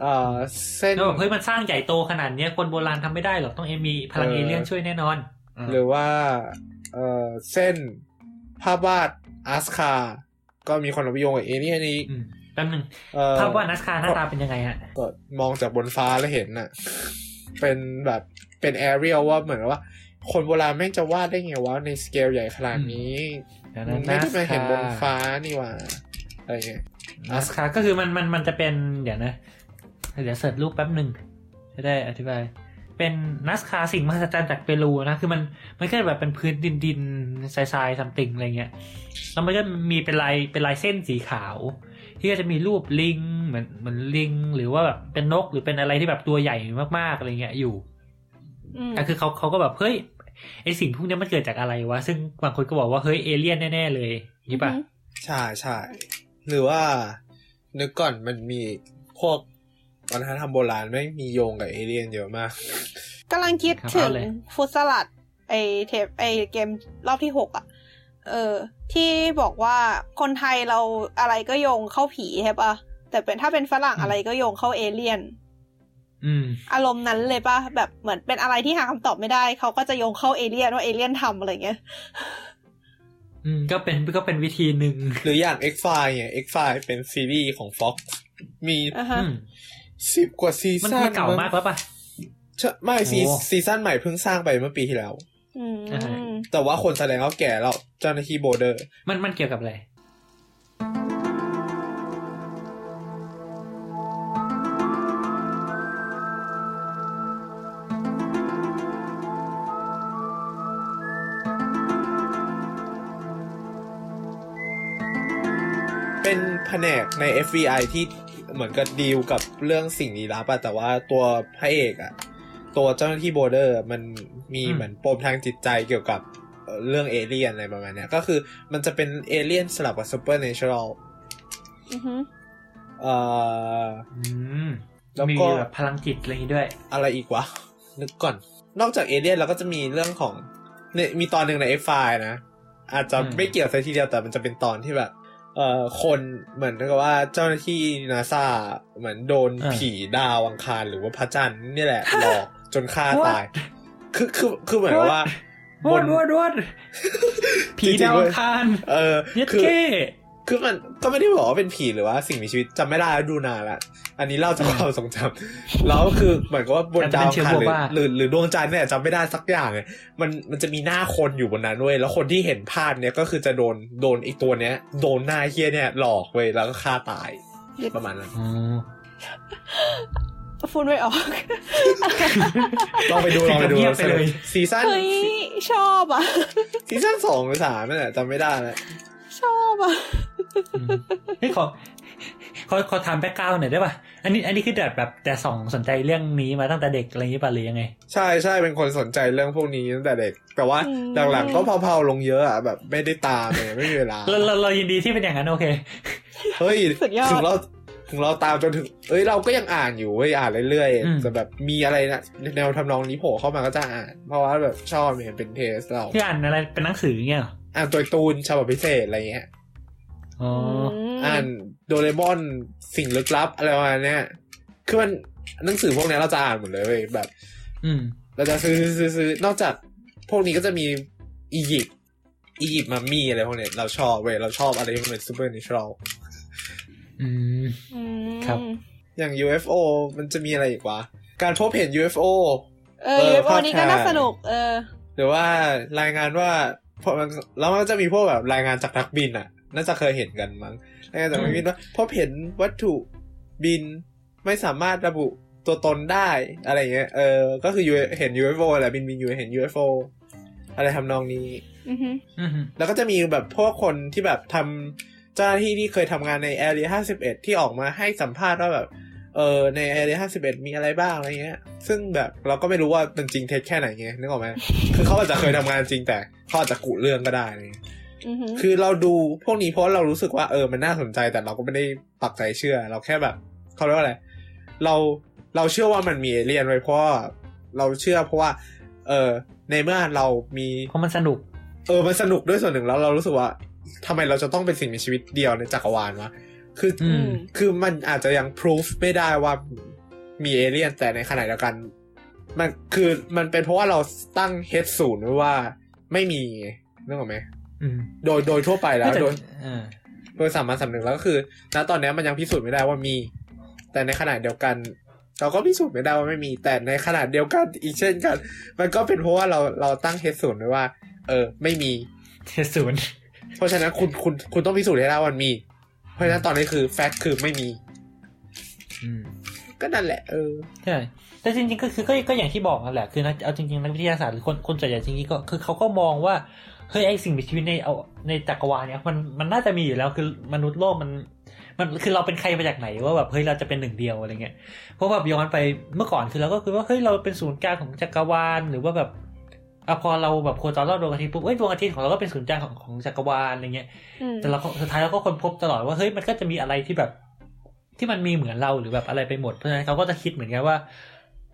เอ่อเส้น
แล้วแบบเฮ้ยมันสร้างใหญ่โตขนาดเนี้ยคนโบราณทำไม่ได้หรอกต้องเอมีพลัง
เออ
เอเลี่ยนช่วยแน่นอนอ่า
หรือว่าเอ่อเส้นภาพวาดอาสคา ก็มีคนเอาไปโยงกับเอเลี่ยนนี้
อืมแป๊บหนึ่ง
เอ่อ
ภาพวาดนัสคาหน้าตาเป็นยังไงฮะ
ก็มองจากบนฟ้าแล้วเห็นน่ะ เป็นแบบเป็นแอเรียลว่าเหมือนว่า คนโบราณแม่งจะวาดได้ไงวะในสเกลใหญ่ขนาดนี้
เดี๋ยว
มั
นะ
นไม่ได้มาเห็นบน
นัสคา
ฟ้านี่หว่าอะไรเงี้ย
นัสคาก็คือมันมันมันจะเป็นเดี๋ยวนะ เดี๋ยวเสิร์ชรูปแป๊บหนึ่งจะได้อธิบาย เป็นนัสคาสิ่งมหัศจรรย์จากเปรูนะ คือมันมันก็แบบเป็นพื้นดินดินๆทรายทรายซัมติงอะไรเงี้ย แล้วมันก็มีเป็นลายเป็นลายเส้นสีขาว ที่ก็จะมีรูปลิงเหมือนเหมือนลิง หรือว่าแบบเป็นนกหรือเป็นอะไรที่แบบตัวใหญ่มากๆอะไรเงี้ยอยู่
อืม
แต่คือเขาเขาก็แบบเฮ้ยไอสิ่งพวกเนี้ยมันเกิดจากอะไรวะ ซึ่งบางคนก็บอกว่าเฮ้ยเอเลี่ยนแน่ๆเลยอย่างนี่ปะ
ใช่ใช่หรือว่านึกก่อนมันมีพวกวัฒนธรรมโบราณไม่งมีโยงกับเอเลี่ยนเยอะมาก
กำลังคิด
ครับ
ถึ
เอา
ง
เลย
ฟุตสลัดไอเทปไอเกมรอบที่หกอะเออ ที่บอกว่าคนไทยเราอะไรก็โยงเข้าผีใช่ปะแต่เป็นถ้าเป็นฝรั่งอะไรก็โยงเข้าเอเลี่ยน
อืม
อารมณ์นั้นเลยปะแบบเหมือนเป็นอะไรที่หาคำตอบไม่ได้ เขาก็จะโยงเข้าเอเลี่ยนว่าเอเลี่ยนทำอะไรเงี้ย
อืมก็เป็นก็เป็นวิธีหนึ่ง
หรืออย่าง X File เนี่ย X File เป็นซีรีส์ของ Fox มี
อ่ะฮะ
อืม
สิบกว่าซี
มัน
ซั่
มั
น
นเก่ามากแล้วป่ะ
ใช่ไม่ซี
โอ้
ซีซั่นใหม่เพิ่งสร้างไปเมื่อปีที่แล้ว
อืม
อ่าฮะ
แต่ว่าคนแสดงเขาแก่แล้วเจ้าหน้าที่โบเดอร์
มันมันเกี่ยวกับอะไร
เป็นแผนกใน FBI ที่เหมือนกับดีลกับเรื่องสิ่งลี้ลับอะแต่ว่าตัวพระเอกอะตัวเจ้าหน้าที่โบเดอร์มันมี
อืม
เหมือนปมทางจิตใจเกี่ยวกับเอ่อเรื่องเอเลี่ยนอะไรประมาณเนี้ยก็คือมันจะเป็นเอเลี่ยนสลับกับซูเปอร์เนเชอรัล
อือฮึ
เอ่อ
อืม
แล้ว
มี
ก็
แบบพลังจิตอะไรอย่างงี้ด้วย
อะไรอีกวะ นึกก่อน นอกจากเอเลี่ยนเราก็จะมีเรื่องของเนี่ยมีตอนหนึ่งใน F5 นะ อาจจะ
อืม
ไม่เกี่ยวซะทีเดียวแต่มันจะเป็นตอนที่แบบเอ่อคนเหมือนกับว่าเจ้าหน้าที่นาซาเหมือนโดนผีดาวอังคารหรือว่าพระจันทร์นี่แหละ หลอกจนฆ่าตาย คือคือคือเหมือนกับว่า
วนวน
บ
ดวนวนผี
จริงๆ
ดาว
เว้
อั
ย
งคาร
เออ
เยัด
คือ
เก้
คือมันก็ไม่ได้บอกว่าเป็นผีหรือว่าสิ่งมีชีวิตจำไม่ได้แล้วดูนานละอันนี้เล่าจากความทรงจำแล้วคือเหมือนกับว่าบนดาวอังคารหรือหรือหรือดวงจันทร์เนี่ยจำไม่ได้สักอย่างเนี่ยมันมันจะมีหน้าคนอยู่บนนั้นเว้ยแล้วคนที่เห็นภาพเนี่ยก็คือจะโดนโดนไอีกตัวเนี้ย โดนหน้าเฮี้ยเนี่ยหลอกเว้ยแล้วก็ฆ่าตายประมาณนั้น
อืม
ฟูนไม่ออก
ลองไปดูลองไปดู
เงียบไปเลย
ซีซั่น
เฮ้ย ชอบอ่ะ
ซีซั่นสองหรือสามเนี่ยจำไม่ได้แล้ว
ชอบอ่ะ
อืมเฮ้ยขอขอขอถามแบ็กกราวหน่อยได้ป่ะ อันนี้อันนี้คือแบบแบบแต่สองสนใจเรื่องนี้มาตั้งแต่เด็กอะไรอย่างงี้ป่ะหรือยังไง
ใช่ใช่เป็นคนสนใจเรื่องพวกนี้ตั้งแต่เด็ก แต่ว่า
อืม
หลังๆก็เผาๆลงเยอะอะแบบไม่ได้ตามเลยไม่มีเวลา
เราเราเรายินดีที่เป็นอย่างนั้นโอเค
เฮ้ย
สุดยอด
ถึงเราถึงเราตามจนถึง เอ้ยเราก็ยังอ่านอยู่เว้ยอ่านเรื่อย
อืม
ๆแต่แบบมีอะไรนะแนวทำนองนี้โผล่เข้ามาก็จะอ่าน เพราะว่าแบบชอบเนี่ยเป็นเทสเรา
ที่อ่านอะไรเป็นหนังสือเงี้ยเหรอ
อ่านตัวการ์ตูนฉบับพิเศษอะไรเงี้ย
อ๋อ
ม
อ่านโดเรมอนสิ่งลึกลับอะไรประมาณเนี้ยคือมันหนังสือพวกเนี้ยเราจะอ่านหมดเลยเว้ยแบบ
อืม
เราจะซื้อซื้อซื้อซื้อนอกจากพวกนี้ก็จะมีอียิปต์อียิปต์มัมมี่อะไรพวกเนี้ยเราชอบเว้ยเราชอบอะไรที่มันเป็นซูเปอร์นิชรัล
อืม
อืม
ครับ
อย่าง UFO มันจะมีอะไรอีกวะ การพบเห็น UFO
เอ
เอ
อ
อ
วันนี้ก็น่า
ภาพถ่าย
สนุก เออ
หรือว่ารายงานว่าพอมันแล้วมันก็จะมีพวกแบบรายงานจากนักบินอ่ะ น่าจะเคยเห็นกันมั้งรายงานจากนักบินว่าพบเห็นวัตถุบินไม่สามารถระบุตัวตนได้อะไรเงี้ย เออ ก็คือ UFO เห็น UFO แหละบินบินอยู่เห็น UFO อะไรทำนองนี้
อือฮึ
อืม
แล้วก็จะมีแบบพวกคนที่แบบทำเจ้าหน้าที่ที่เคยทำงานในแอ e รี51 ที่ออกมาให้สัมภาษณ์ว่าแบบ เออในแอ e รี51 มีอะไรบ้างอะไรเงี้ย ซึ่งแบบเราก็ไม่รู้ว่ามันจริงเท็จแค่ไหนไงนึกออกไหม คือเขาอาจจะเคยทำงานจริงแต่เขาอาจจะกุเรื่องก็ได้อะไรเงี้ย
อือฮึ
คือเราดูพวกนี้เพราะเรารู้สึกว่าเออมันน่าสนใจแต่เราก็ไม่ได้ปักใจเชื่อ เราแค่แบบเขาเรียกว่าอะไร เราเราเชื่อว่ามันมีเอเลี่ยนไว้เพราะว่าเราเชื่อเพราะว่า เออในเมื่อเรามี
เพราะมันสนุก
เออ มันสนุกด้วยส่วนหนึ่งแล้วเรารู้สึกว่าทำไมเราจะต้องเป็นสิ่งมีชีวิตเดียวในจักรวาลวะ คือ
อื
อื
ม
ม
คือมันอาจจะยังพิสูจไม่ได้ว่ามีเอเลี่ยนแต่ในขณะเดียวกัน มันคือมันเป็นเพราะว่าเราตั้งเฮดศูนย์ไว้ว่าไม่มีนึกออกไหม
อืม
โดยโดยทั่วไปแล้ว
ต่
โดย
เออ
โดยสามัญสำนึกแล้วก็คือณตอนเนี้ยมันยังพิสูจน์ไม่ได้ว่ามี แต่ในขณะเดียวกัน เราก็พิสูจน์ไม่ได้ว่าไม่มี แต่ในขณะเดียวกันอีกเช่นกัน มันก็เป็นเพราะว่าเราเราตั้งเฮดศูนย์ไว้ว่า เออ ไม่มี
เทศูนย์
เพราะฉะนั้นคุณคุณคุณต้องพิสูจน์ให้ได้ว่ามันมี เพราะฉะนั้นตอนนี้คือแฟกต์คือไม่มี
อืม
ก็นั่นแหละเออ
ใช่แต่จริงๆก็คือก็ก็อย่างที่บอกนั่นแหละคือนักเอาจริงๆนักวิทยาศาสตร์หรือคนคนส่วนใหญ่จริงๆก็คือเขาก็มองว่าเฮ้ยไอสิ่งมีชีวิตในเอาในจักรวาลเนี่ยมันมันน่าจะมีอยู่แล้วคือมนุษย์โลกมัน มันคือเราเป็นใครมาจากไหนว่าแบบเฮ้ยเราจะเป็นหนึ่งเดียวอะไรเงี้ยเพราะแบบย้อนไปเมื่อก่อนคือเราก็คือว่าเฮ้ยเราเป็นศูนย์กลางของจักรวาลหรือว่าแบบอะพอเราแบบโคจรรอบดวงอาทิตย์ปุ๊บเอ้ยดวงอาทิตย์ของเราก็เป็นศูนย์กลางของของจักรวาลอะไรเงี้ย
อืม
แต่เราก็สุดท้ายเราก็ค้นพบตลอดว่าเฮ้ยมันก็จะมีอะไรที่แบบ ที่มันมีเหมือนเราหรือแบบอะไรไปหมดเพราะฉะนั้นเขาก็จะคิดเหมือนกันว่า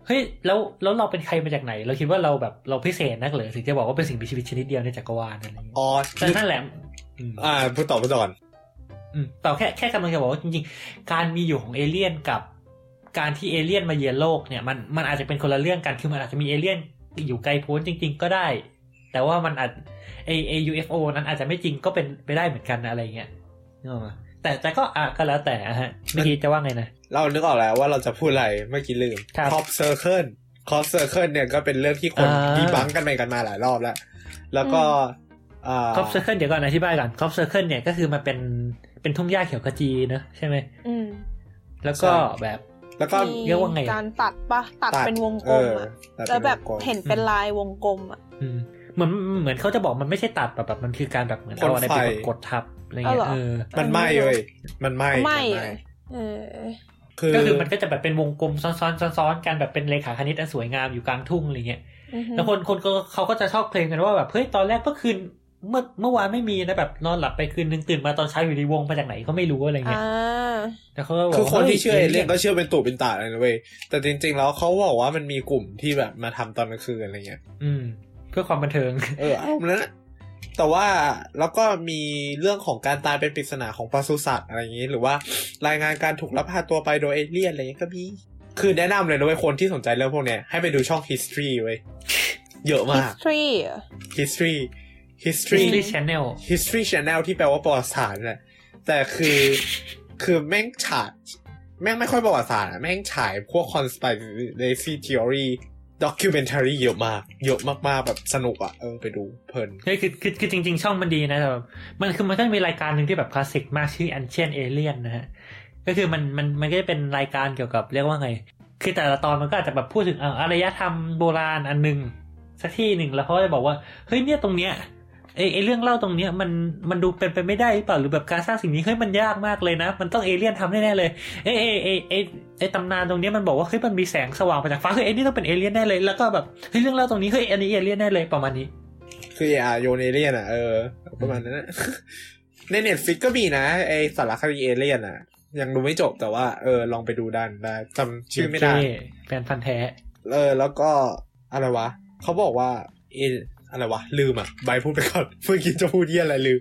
เฮ้ยแล้วแล้วเราเป็นใครมาจากไหน เราคิดว่าเราแบบเราพิเศษนักเหรอถึงจะบอกว่าเป็นสิ่งมีชีวิตชนิดเดียวในจักรวาลอะไรอย่างเงี้ย
อ๋อ
แต่นั่นแหละอืม
อ่าพูดต่อพูดต่อก่อน
อืมแต่แค่แค่กำลังจะบอกว่าจริงๆ การมีอยู่ของเอเลี่ยนกับ การที่เอเลี่ยนมาเยือนโลกเนี่ยมันมันอาจจะเป็นคนละเรื่องกันคือมันอาจจะมีเอเลี่ยนอยู่ไกลโพ้นจริง ๆ ก็ได้ แต่ว่ามันอาจไอไอ UFO นั้นอาจจะไม่จริงก็เป็นไปได้เหมือนกันนะอะไรเงี้ยนึกออกมาแต่แต่ก็อ่ะก็แล้วแต่อะฮะเมื่อกี้จะว่าไงนะ
เรานึกออกแล้วว่าเราจะพูดอะไรเมื่อกี้ลืม
ครับ
คอปเซอร์เคิลคอปเซอร์เคิลเนี่ยก็เป็นเรื่องที่คนดีบังกันไปกันมาหลายรอบแล้ว แล้วก็อ่า
ครอบเซอร์เคิลเดี๋ยวก่อนอธิบายก่อนครอบเซอร์เคิลเนี่ยก็คือมันเป็นเป็นทุ่งหญ้าเขียวขจีเนอะใช่ไหม
อืม
แล้วก็
ใช่
แบบ
แล้วก็
มี
เรียกว่าไงอะ
การตัดปะตัดเป็นวงก
เอ
ลม
อ
อะ
ตัด
แล้วแบบ
ป็วงกม
เห็นเป็นลายวงกลมอะ
อืมเหมือนเหมือนเขาจะบอกมันไม่ใช่ตัดแบบแบบมันคือการแบบเหมือนเอาอะไรไปกดกดทับอะไรเงี้ย
เอาเหรอ
เออ
มันไหม้เว้ยมันไหม้
ไม่
น
อะเออ
คือ
ก็คือมันก็จะแบบเป็นวงกลมซ้อนๆซ้อนๆกันแบบเป็นเลขาคณิตอันสวยงามอยู่กลางทุ่งอะไรเงี้ย
อือฮึ
แล้วคนคนก็เขาก็จะชอบเพลงกันว่าแบบเฮ้ยตอนแรกก็คืนเมื่อเมื่อวานไม่มีนะแบบนอนหลับไปคืนนึงตื่นมาตอนเช้าอยู่ในวงมาจากไหนก็ไม่รู้อะไรเงี้ย
อ่า
แล้วเขาก็บอก
คือคนที่เชื่อเอ
ฮ้ย
เลี่ยนก็เชื่อเป็นตู่เป็นตาเลยนะเว้ยแต่จริงๆแล้วเขาบอกว่ามันมีกลุ่มที่แบบมาทำตอนกลางคืนอะไรเงี้ย
อืม เพื่อความบันเทิง
เออเอาแล้วนะแต่ว่าแล้วก็มีเรื่องของการตายเป็นปริศนาของปศุสัตว์อะไรอย่างนี้ หรือว่ารายงานการถูกลักพาตัวไปโดยเอเลี่ยนอะไรเงี้ยก็มีคือแนะนำเลยนะเว้ยคนที่สนใจเรื่องพวกเนี้ยให้ไปดูช่อง history เว้ยเยอะมาก
history อะ
history history
History Channel
History Channel ที่แปลว่าประวัติศาสตร์แหละแต่คือคือแม่งฉายแม่งไม่ค่อยประวัติศาสตร์อะแม่งฉายพวก conspiracy theory documentary เยอะมาก เยอะมากๆ แบบสนุกอะเออไปดูเพลิน
เฮ้ยคือคือคือจริง ๆ ช่องมันดีนะแต่แบบมันคือมันก็มีรายการหนึ่งที่แบบคลาสสิกมากชื่อ Ancient Alien นะฮะก็คือมันมันมันก็จะเป็นรายการเกี่ยวกับเรียกว่าไง คือแต่ละตอนมันก็อาจจะแบบพูดถึงอ่ะอารยธรรมโบราณอันหนึ่งสักที่หนึ่งแล้วเขาก็จะบอกว่าเฮ้ยเนี่ยตรงเนี้ยไอไอเรื่องเล่าตรงเนี้ยมันมันดูเป็นไปไม่ได้หรือเปล่าหรือแบบการสร้างสิ่งนี้เฮ้ยมันยากมากเลยนะ มันต้องเอเลี่ยนทำแน่ๆเลยเอยเอยเอยเอยไอตำนานตรงเนี้ยมันบอกว่าเฮ้ยมันมีแสงสว่างมาจากฟ้าเฮ้ยไอนี่ต้องเป็นเอเลี่ยนแน่เลยแล้วก็แบบเฮ้ยเรื่องเล่าตรงนี้เฮ้ยอันนี้เอเลี่ยนแน่เลยประมาณนี้
คืออ่าโยนเอเลี่ยนอะเออ ประมาณนั้นอะ ในเน็ตฟิกก็มีนะไอสารคดีเอเลี่ยนอะยังดูไม่จบแต่ว่าเออลองไปดูดันได้จำชื่อไม่ได้
โเคแฟนพันธ์แท้
เออแล้วก็อะไรวะเขาบอกว่าเออะไรวะ ลืมอ่ะใบพูดไปก่อน เมื่อกี้จะพูดเยี่ยอะไรลืม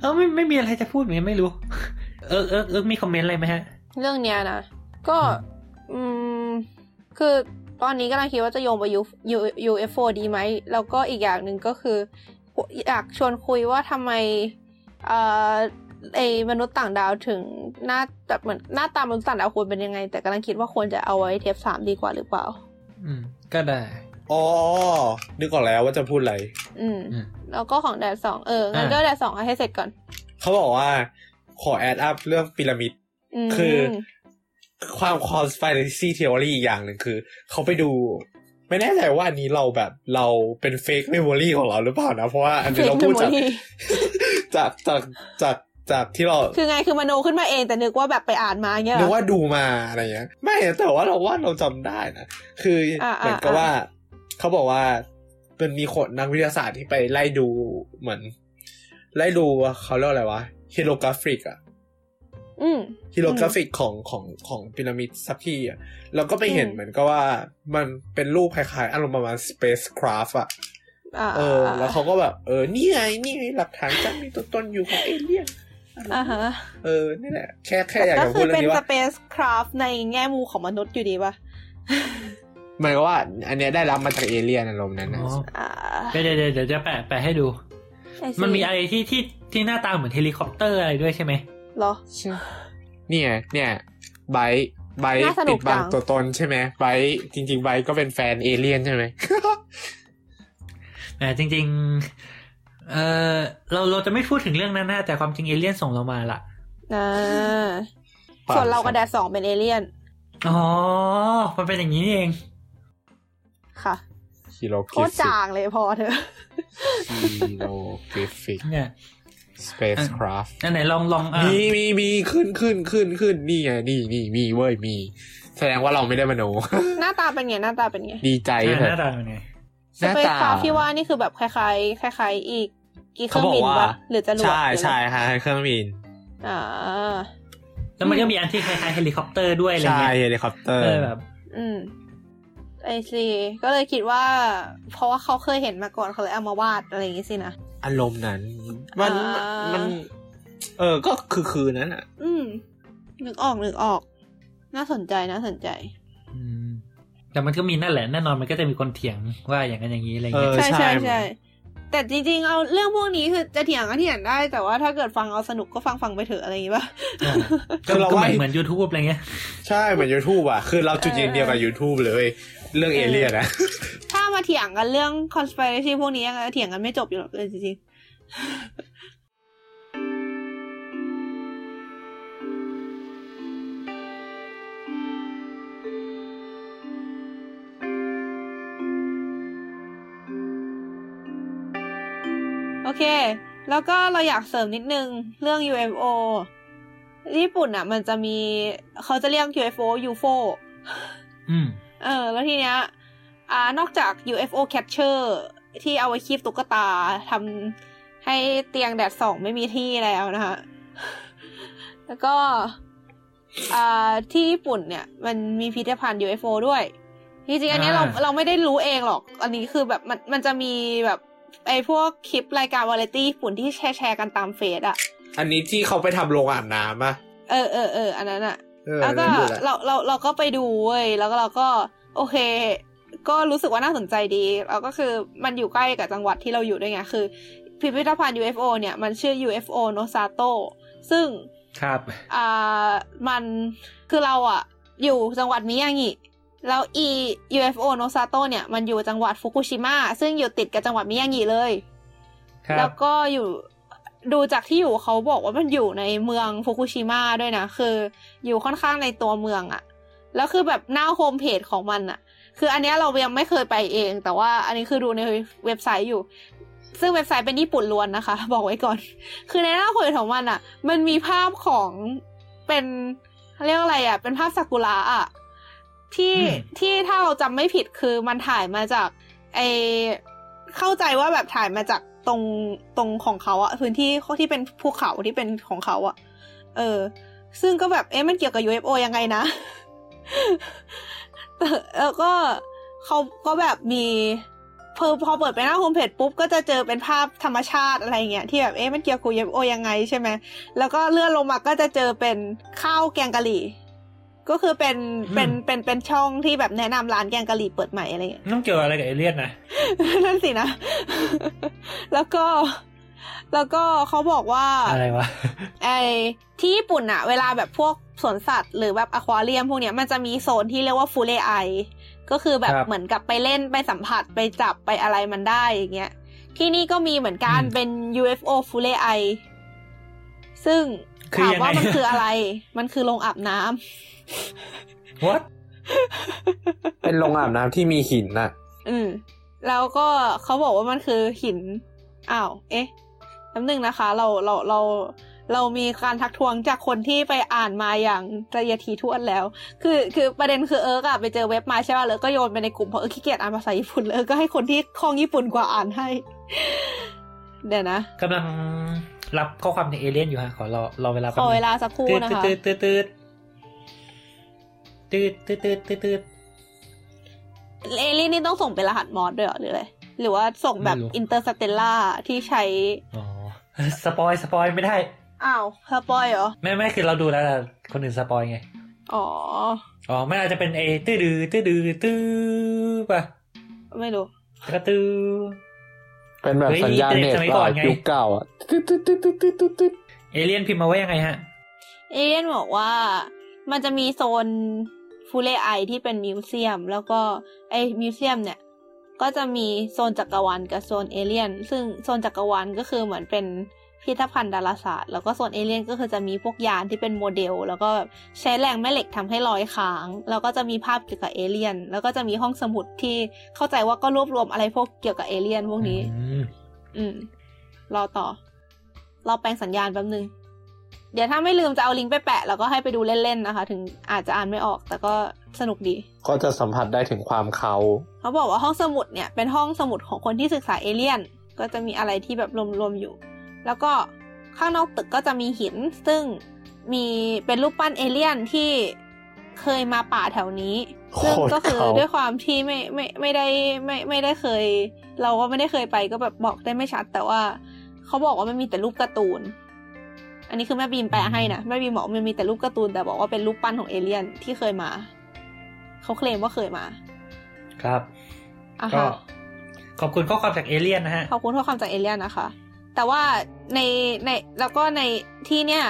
เออไม่ไม่มีอะไรจะพูดเหมือนกันไม่รู้ เออเออเออมีคอมเมนต์อะไรไหมฮะ
เรื่องเนี้ยนะ ก็ อืม คือตอนนี้กำลังคิดว่าจะโยงไป U- U- UFO ดีไหม แล้วก็อีกอย่างหนึ่งก็คือ อยากชวนคุยว่าทำไมเอ่อไอมนุษย์ต่างดาวถึงหน้าแบบเหมือนหน้าตามนุษย์ต่างดาวควรเป็นยังไง แต่กำลังคิดว่าควรจะเอาไว้เทปสามดีกว่าหรือเปล่า
อืม ก็ได้
อ๋อ นึกออกแล้วว่าจะพูดอะไร
อืม
อืม
แล้วก็ของแดดสองเอองั้น
อ่า
ก็แดดสองเอาให้เสร็จก่อน
เขาบอกว่าขอแอดอัพเรื่องพีระมิด
ม
คือ ความ conspiracy theory อีกอย่างหนึ่งคือ เขาไปดู ไม่แน่ใจว่าอันนี้เราแบบเราเป็น fake memory ของเราหรือเปล่านะ เพราะว่าอัน
คื
นี้
อ
เรา
คือ
พูด
โม
จาก
ลี
จากจากจากจากที่เรา
คือไงคือมโนขึ้นมาเองแต่นึกว่าแบบไปอ่านมาเงี้ย
ห
เหร
รือ อว่าดูมาอะไรเงี้ย ไม่แต่ว่าเราว่าเราจำได้นะ คืออาเหมือนกับ
อ่า
ว่าเขาบอกว่ามันมีคนนักวิทยาศาสตร์ที่ไปไล่ดูเหมือน ไล่ดูเขาเรียกอะไรวะฮิโรกราฟิกอะ
อืม
ฮิโรกราฟิกของของของพีระมิดสักที่อะเราก็ไปเห็น
อืม
เหมือนกับว่ามันเป็นรูปคล้ายๆอารมณ์ประมาณ spacecraft อะ
อ่า
เออ แล้วเขาก็แบบ เออ นี่ไงนี่ไงหลักฐานการมีตัวตนอยู่ของเอเลี่ยน
อ่าฮะ
เออนี่แหละแค่แค่อยาก
ก็
จะ
คื
พูด
อ
เรื่อ
เป็
ง
น
นี้
ส
ว่า
เปซคราฟในแง่มูของมนุษย์อยู่ดีป่ะ
หมายความว่า อันเนี้ยได้รับมาจากเอเลี่ยนอารมณ์นั้น
อ๋
นะ
อ
อ่า
เดี๋ยวเดี๋ยวเดี๋ยวจะแปะแปะให้ดู
ไอ้สิ
มันมีอะไรที่ที่ที่หน้าตาเหมือนเฮลิคอปเตอร์อะไรด้วยใช่ไหม
เหรอ
เนี่ย เนี่ยไบร์ทไบร์ท
น่าสนุ
ปิ
ก
ดบัง
จัง
ตัวตนใช่ไหมไบร์ทจริง ๆไบร์ทก็เป็นแฟนเอเลี่ยนใช่ไหม
แต่จริง ๆ เออเราเราจะไม่พูดถึงเรื่องนั้นนะแต่ความจริงเอเลี่ยนส่งเรามาละ
อ่า
ปาก
ส่วนเรากระดาษสองเป็นเอเลี่ยน
อ๋อ มันเป็นอย่างนี้นี่เอง
ค่ะ
ฮิโร
โค
กิ
ตร
ฟิก
จางเลยพอเถอะ
ฮิโรกิฟิก
เนี่ย
สเปซคราฟ
อันไหนลองลองอ่ะ
มีมีมีขึ้นขึ้นขึ้นขึ้นนี่ไงนี่นี่มีเว้ยมี แสดงว่าเราไม่ได้มโน
หน้าตาเป็นไง หน้าตาเป็นไง
ดีใจ
อ่ะ
เถ
หน้า
อะ
ตาเป็นไง
สเปซคราฟที่ว่านี่คือแบบคล้ายๆคล้ายๆอีกกี่เค
เขา
รื่อง
บอก
บิน
ว่า
ปะหรือจะรวดห
ใช่
รืออะไร
ใช่ฮะเครื่องบิน
อ่า
แล้วมันก็มีอันที่คล้ายๆเฮลิคอปเตอร์ด้วยอะไร
ใช่
เงี้ย
เฮลิคอปเตอ
เอ
ร์
อแบบ
อืมไอซีก็เลยคิดว่า เพราะว่าเขาเคยเห็นมาก่อนเขาเลยเอามาวาดอะไรอย่างงี้สินะ
อารมณ์นั้นมัน
อ่ามั
มัน เออก็คือคืนนั้นอะ
อืม นึกออกนึกออก น่าสนใจน่าสนใจ
อืม แต่มันก็มีนั่นแหละแน่นอนมันก็จะมีคนเถียงว่าอย่างนั้นอย่างนี้อะไรเงี้ย
เออ
ใช่
ใช่
ใช่ใช่แต่จริงๆเอาเรื่องพวกนี้คือจะเถียงก็เถียงได้ แต่ว่าถ้าเกิดฟังเอาสนุกก็ฟังฟังไปเถอะอะไรอย่างงี้ป่ะ
อ่า
คือเรา
ก็เหมือน
ว่า
เหมือนยูทูบอะไรเงี้ย
ใช่เหมือน YouTube อ่ะ คือเราจุดยืนเดียวกับ YouTube เลยเว้ยเรื่องเอเลี่ยนนะ
ถ้ามาเถียงกันเรื่อง conspiracy พวกนี้ยังไงเถียงกันไม่จบอยู่หรอกเลยจริงๆ โอเค แล้วก็เราอยากเสริมนิดนึงเรื่อง UFO ญี่ปุ่นอ่ะ มันจะมี เขาจะเรียก UFO UFO
อืม
เออแล้วทีเนี้ยอ่านอกจาก UFO catcher ที่เอาไว้คีบตุ๊กตาทำให้เตียงแดดส่องไม่มีที่แล้วนะคะ แล้วก็อ่าที่ญี่ปุ่นเนี่ย มันมีพิพิธภัณฑ์ UFO ด้วยจริงๆอันเนี้ยเรา
อ่า
เราไม่ได้รู้เองหรอก อันนี้คือแบบมันมันจะมีแบบไอ้พวกคลิปรายการวาไรตี้ญี่ปุ่นที่แชร์แชร์กันตามเฟซอะ
อันนี้ที่เขาไปทำโรงอาบน้ำอ่ะ
เออเออเอออันนั้นอะ
เออ
แล้วก็
นั่นดูแล
เราเราเราก็ไปดูเว้ยแล้วก็เราก็ โอเค ก็รู้สึกว่าน่าสนใจดี แล้วก็คือมันอยู่ใกล้กับจังหวัดที่เราอยู่ด้วยไงคือ พิพิธภัณฑ์ UFO เนี่ยมันชื่อ UFO n o s a t o ซึ่ง
ครับ
อ่ามันคือเราอะอยู่จังหวัดมิยางิแล้ว e UFO n o s a t o เนี่ยมันอยู่จังหวัดฟุกุชิมะซึ่งอยู่ติดกับจังหวัดมิยางิเลย
ครั
แล้
บ
วก็อยู่ดูจากที่อยู่เขาบอกว่ามันอยู่ในเมืองฟุกุชิมะด้วยนะ คืออยู่ค่อนข้างในตัวเมืองอะแล้วคือแบบหน้าโฮมเพจของมันอะคืออันเนี้ยเรายังไม่เคยไปเอง แต่ว่าอันนี้คือดูในเว็บไซต์อยู่ ซึ่งเว็บไซต์เป็นญี่ปุ่นล้วนนะคะ บอกไว้ก่อน คือในหน้าโฮมเพจของมันอะมันมีภาพของเป็นเขาเรียกว่าอะไรอะเป็นภาพซากุระอะที่
อืม
ที่ถ้าเราจำไม่ผิดคือมันถ่ายมาจาก ไอเข้าใจว่าแบบถ่ายมาจากตรงตรงของเขาอะพื้นที่ที่เป็นภูเขาที่เป็นของเขาอะเออ ซึ่งก็แบบเอ๊ะมันเกี่ยวกับ UFO ยังไงนะ แต่แล้วก็เขาก็แบบมีพอพอเปิดไปหน้าโฮมเพจปุ๊บก็จะเจอเป็นภาพธรรมชาติอะไรเงี้ยที่แบบเอ๊ะมันเกี่ยวกับ UFO ยังไงใช่ไหมแล้วก็เลื่อนลงมาก็จะเจอเป็นข้าวแกงกะหรี่ ก็คือเป็นเป็นเป็นเป็นช่องที่แบบแนะนำร้านแกงกะหรี่เปิดใหม่อะไรเงี้ย
ต้องเกี่ยวอะไรกับเอเลี่ยนนะ
นั่นสินะ แล้วก็ แล้วก็เขาบอกว่า
อะไรวะ
ไอที่ญี่ปุ่นอะเวลาแบบพวกสวนสัตว์หรือแบบอควาเรียมพวกเนี้ยมันจะมีโซนที่เรียกว่าฟูเลไอก็คือแบบ
ครับ
เหมือนกับไปเล่นไปสัมผัสไปจับไปอะไรมันได้อย่างเงี้ย ที่นี่ก็มีเหมือนกัน
อืม
เป็น UFO ฟูเลไอซึ่ง
คือ
ถาม
ยังไง
ว่ามันคือ อะไร มันคือโรงอาบน้ำ
what
เป็นโรงอาบน้ำที่มีหินน่ะ
อืมแล้วก็เขาบอกว่ามันคือหิน อ้าว เอ๊ะแป๊บนึงนะคะ เรา เรา เรา เรามีการทักท้วงจากคนที่ไปอ่านมาอย่างละเอียดถี่ถ้วนแล้ว คือ คือประเด็นคือเอิร์กอะไปเจอเว็บมาใช่ป่ะเอิร์กก็โยนไปในกลุ่มเพราะเอิร์กขี้เกียจอ่านภาษาญี่ปุ่นเลยเอิร์กก็ให้คนที่คล่องญี่ปุ่นกว่าอ่านให้ เดี๋ยวนะ
กำลังรับข้อความจากเอเลี่ยนอยู่ฮะ ขอรอรอเวลา
ข
แป๊บ
อ
นึง
เวลาสักครู่
ตืด
นะคะ
ตืดตืดตืดตืดตืดตืดตืดตืด
เอเลี่ยนนี่ต้องส่งเป็นรหัสมอสด้วยเหรอหรืออะไร หรือว่าส่งแบบ
ไม่รู้
อินเตอร์สเตลล่าที่ใช้
อ๋อ สปอยสปอยไม่ได้
อ้าวสปอยเหรอ
ไม่ไม่คือเราดูแล้วแต่คนอื่นสปอยไง
อ๋อ
อ๋อไม่อาจจะเป็นเอตื้อดือตื้อดือตื้อป่ะ
ไม่รู้
แล้วก็ตื้อ
เป็นแบบ
เฮ้ย
สัญญาณเน็ต
สมัยก่
แบ
อน
บ
ไง
ยุคเก่าอ่ะตึ๊ดตึ๊ดตึ๊ดตึ๊ดตึ๊ดตึ๊ดตึ๊ด
เอเลี่ยนพิมพ์มาว่ายังไงฮะ
เอเลียนบอกว่ามันจะมีโซนฟูเลไอที่เป็นมิวเซียม แล้วก็ไอมิวเซียมเนี่ย ก็จะมีโซนจักรวาลกับโซนเอเลียน ซึ่งโซนจักรวาลก็คือเหมือนเป็นพิพิธภัณฑ์ดาราศาสตร์ แล้วก็โซนเอเลียนก็คือจะมีพวกยานที่เป็นโมเดล แล้วก็แบบใช้แรงแม่เหล็กทำให้ลอยค้าง แล้วก็จะมีภาพเกี่ยวกับเอเลียน แล้วก็จะมีห้องสมุดที่เข้าใจว่าก็รวบรวมอะไรพวกเกี่ยวกับเอเลียนพวกนี้
อืม
อืม รอต่อ รอแปลงสัญญาณแป๊บนึง เดี๋ยวถ้าไม่ลืมจะเอาลิงก์ไปแปะ แล้วก็ให้ไปดูเล่นๆนะคะ ถึงอาจจะอ่านไม่ออก แต่ก็สนุกดี
ก็จะสัมผัสได้ถึงความเขา
เขาบอกว่าห้องสมุดเนี่ย เป็นห้องสมุดของคนที่ศึกษาเอเลี่ยน ก็จะมีอะไรที่แบบรวมๆอยู่ แล้วก็ข้างนอกตึกก็จะมีหิน ซึ่งมีเป็นรูปปั้นเอเลี่ยนที่เคยมาป่าแถวนี้ ซึ่งก็คือ
โคตรเขา
ด้วยความที่ไม่ไม่ไม่ได้ไม่ไม่ได้เคย เราก็ไม่ได้เคยไปก็แบบบอกได้ไม่ชัด แต่ว่าเขาบอกว่ามันมีแต่รูปการ์ตูน อันนี้คือแม่บีมแปลให้นะแม่บีมบอกว่ามันมีแต่รูปการ์ตูนแต่บอกว่าเป็นรูปปั้นของเอเลี่ยนที่เคยมาเขาเคลมว่าเคยมา
ครับ
อ่ะ
ก็
ค่ะ
ขอบคุณข้อความจากเอเลี่ยนนะฮะ
ขอบคุณข้อความจากเอเลียนนะคะ แต่ว่าในในแล้วก็ในที่เนี่ย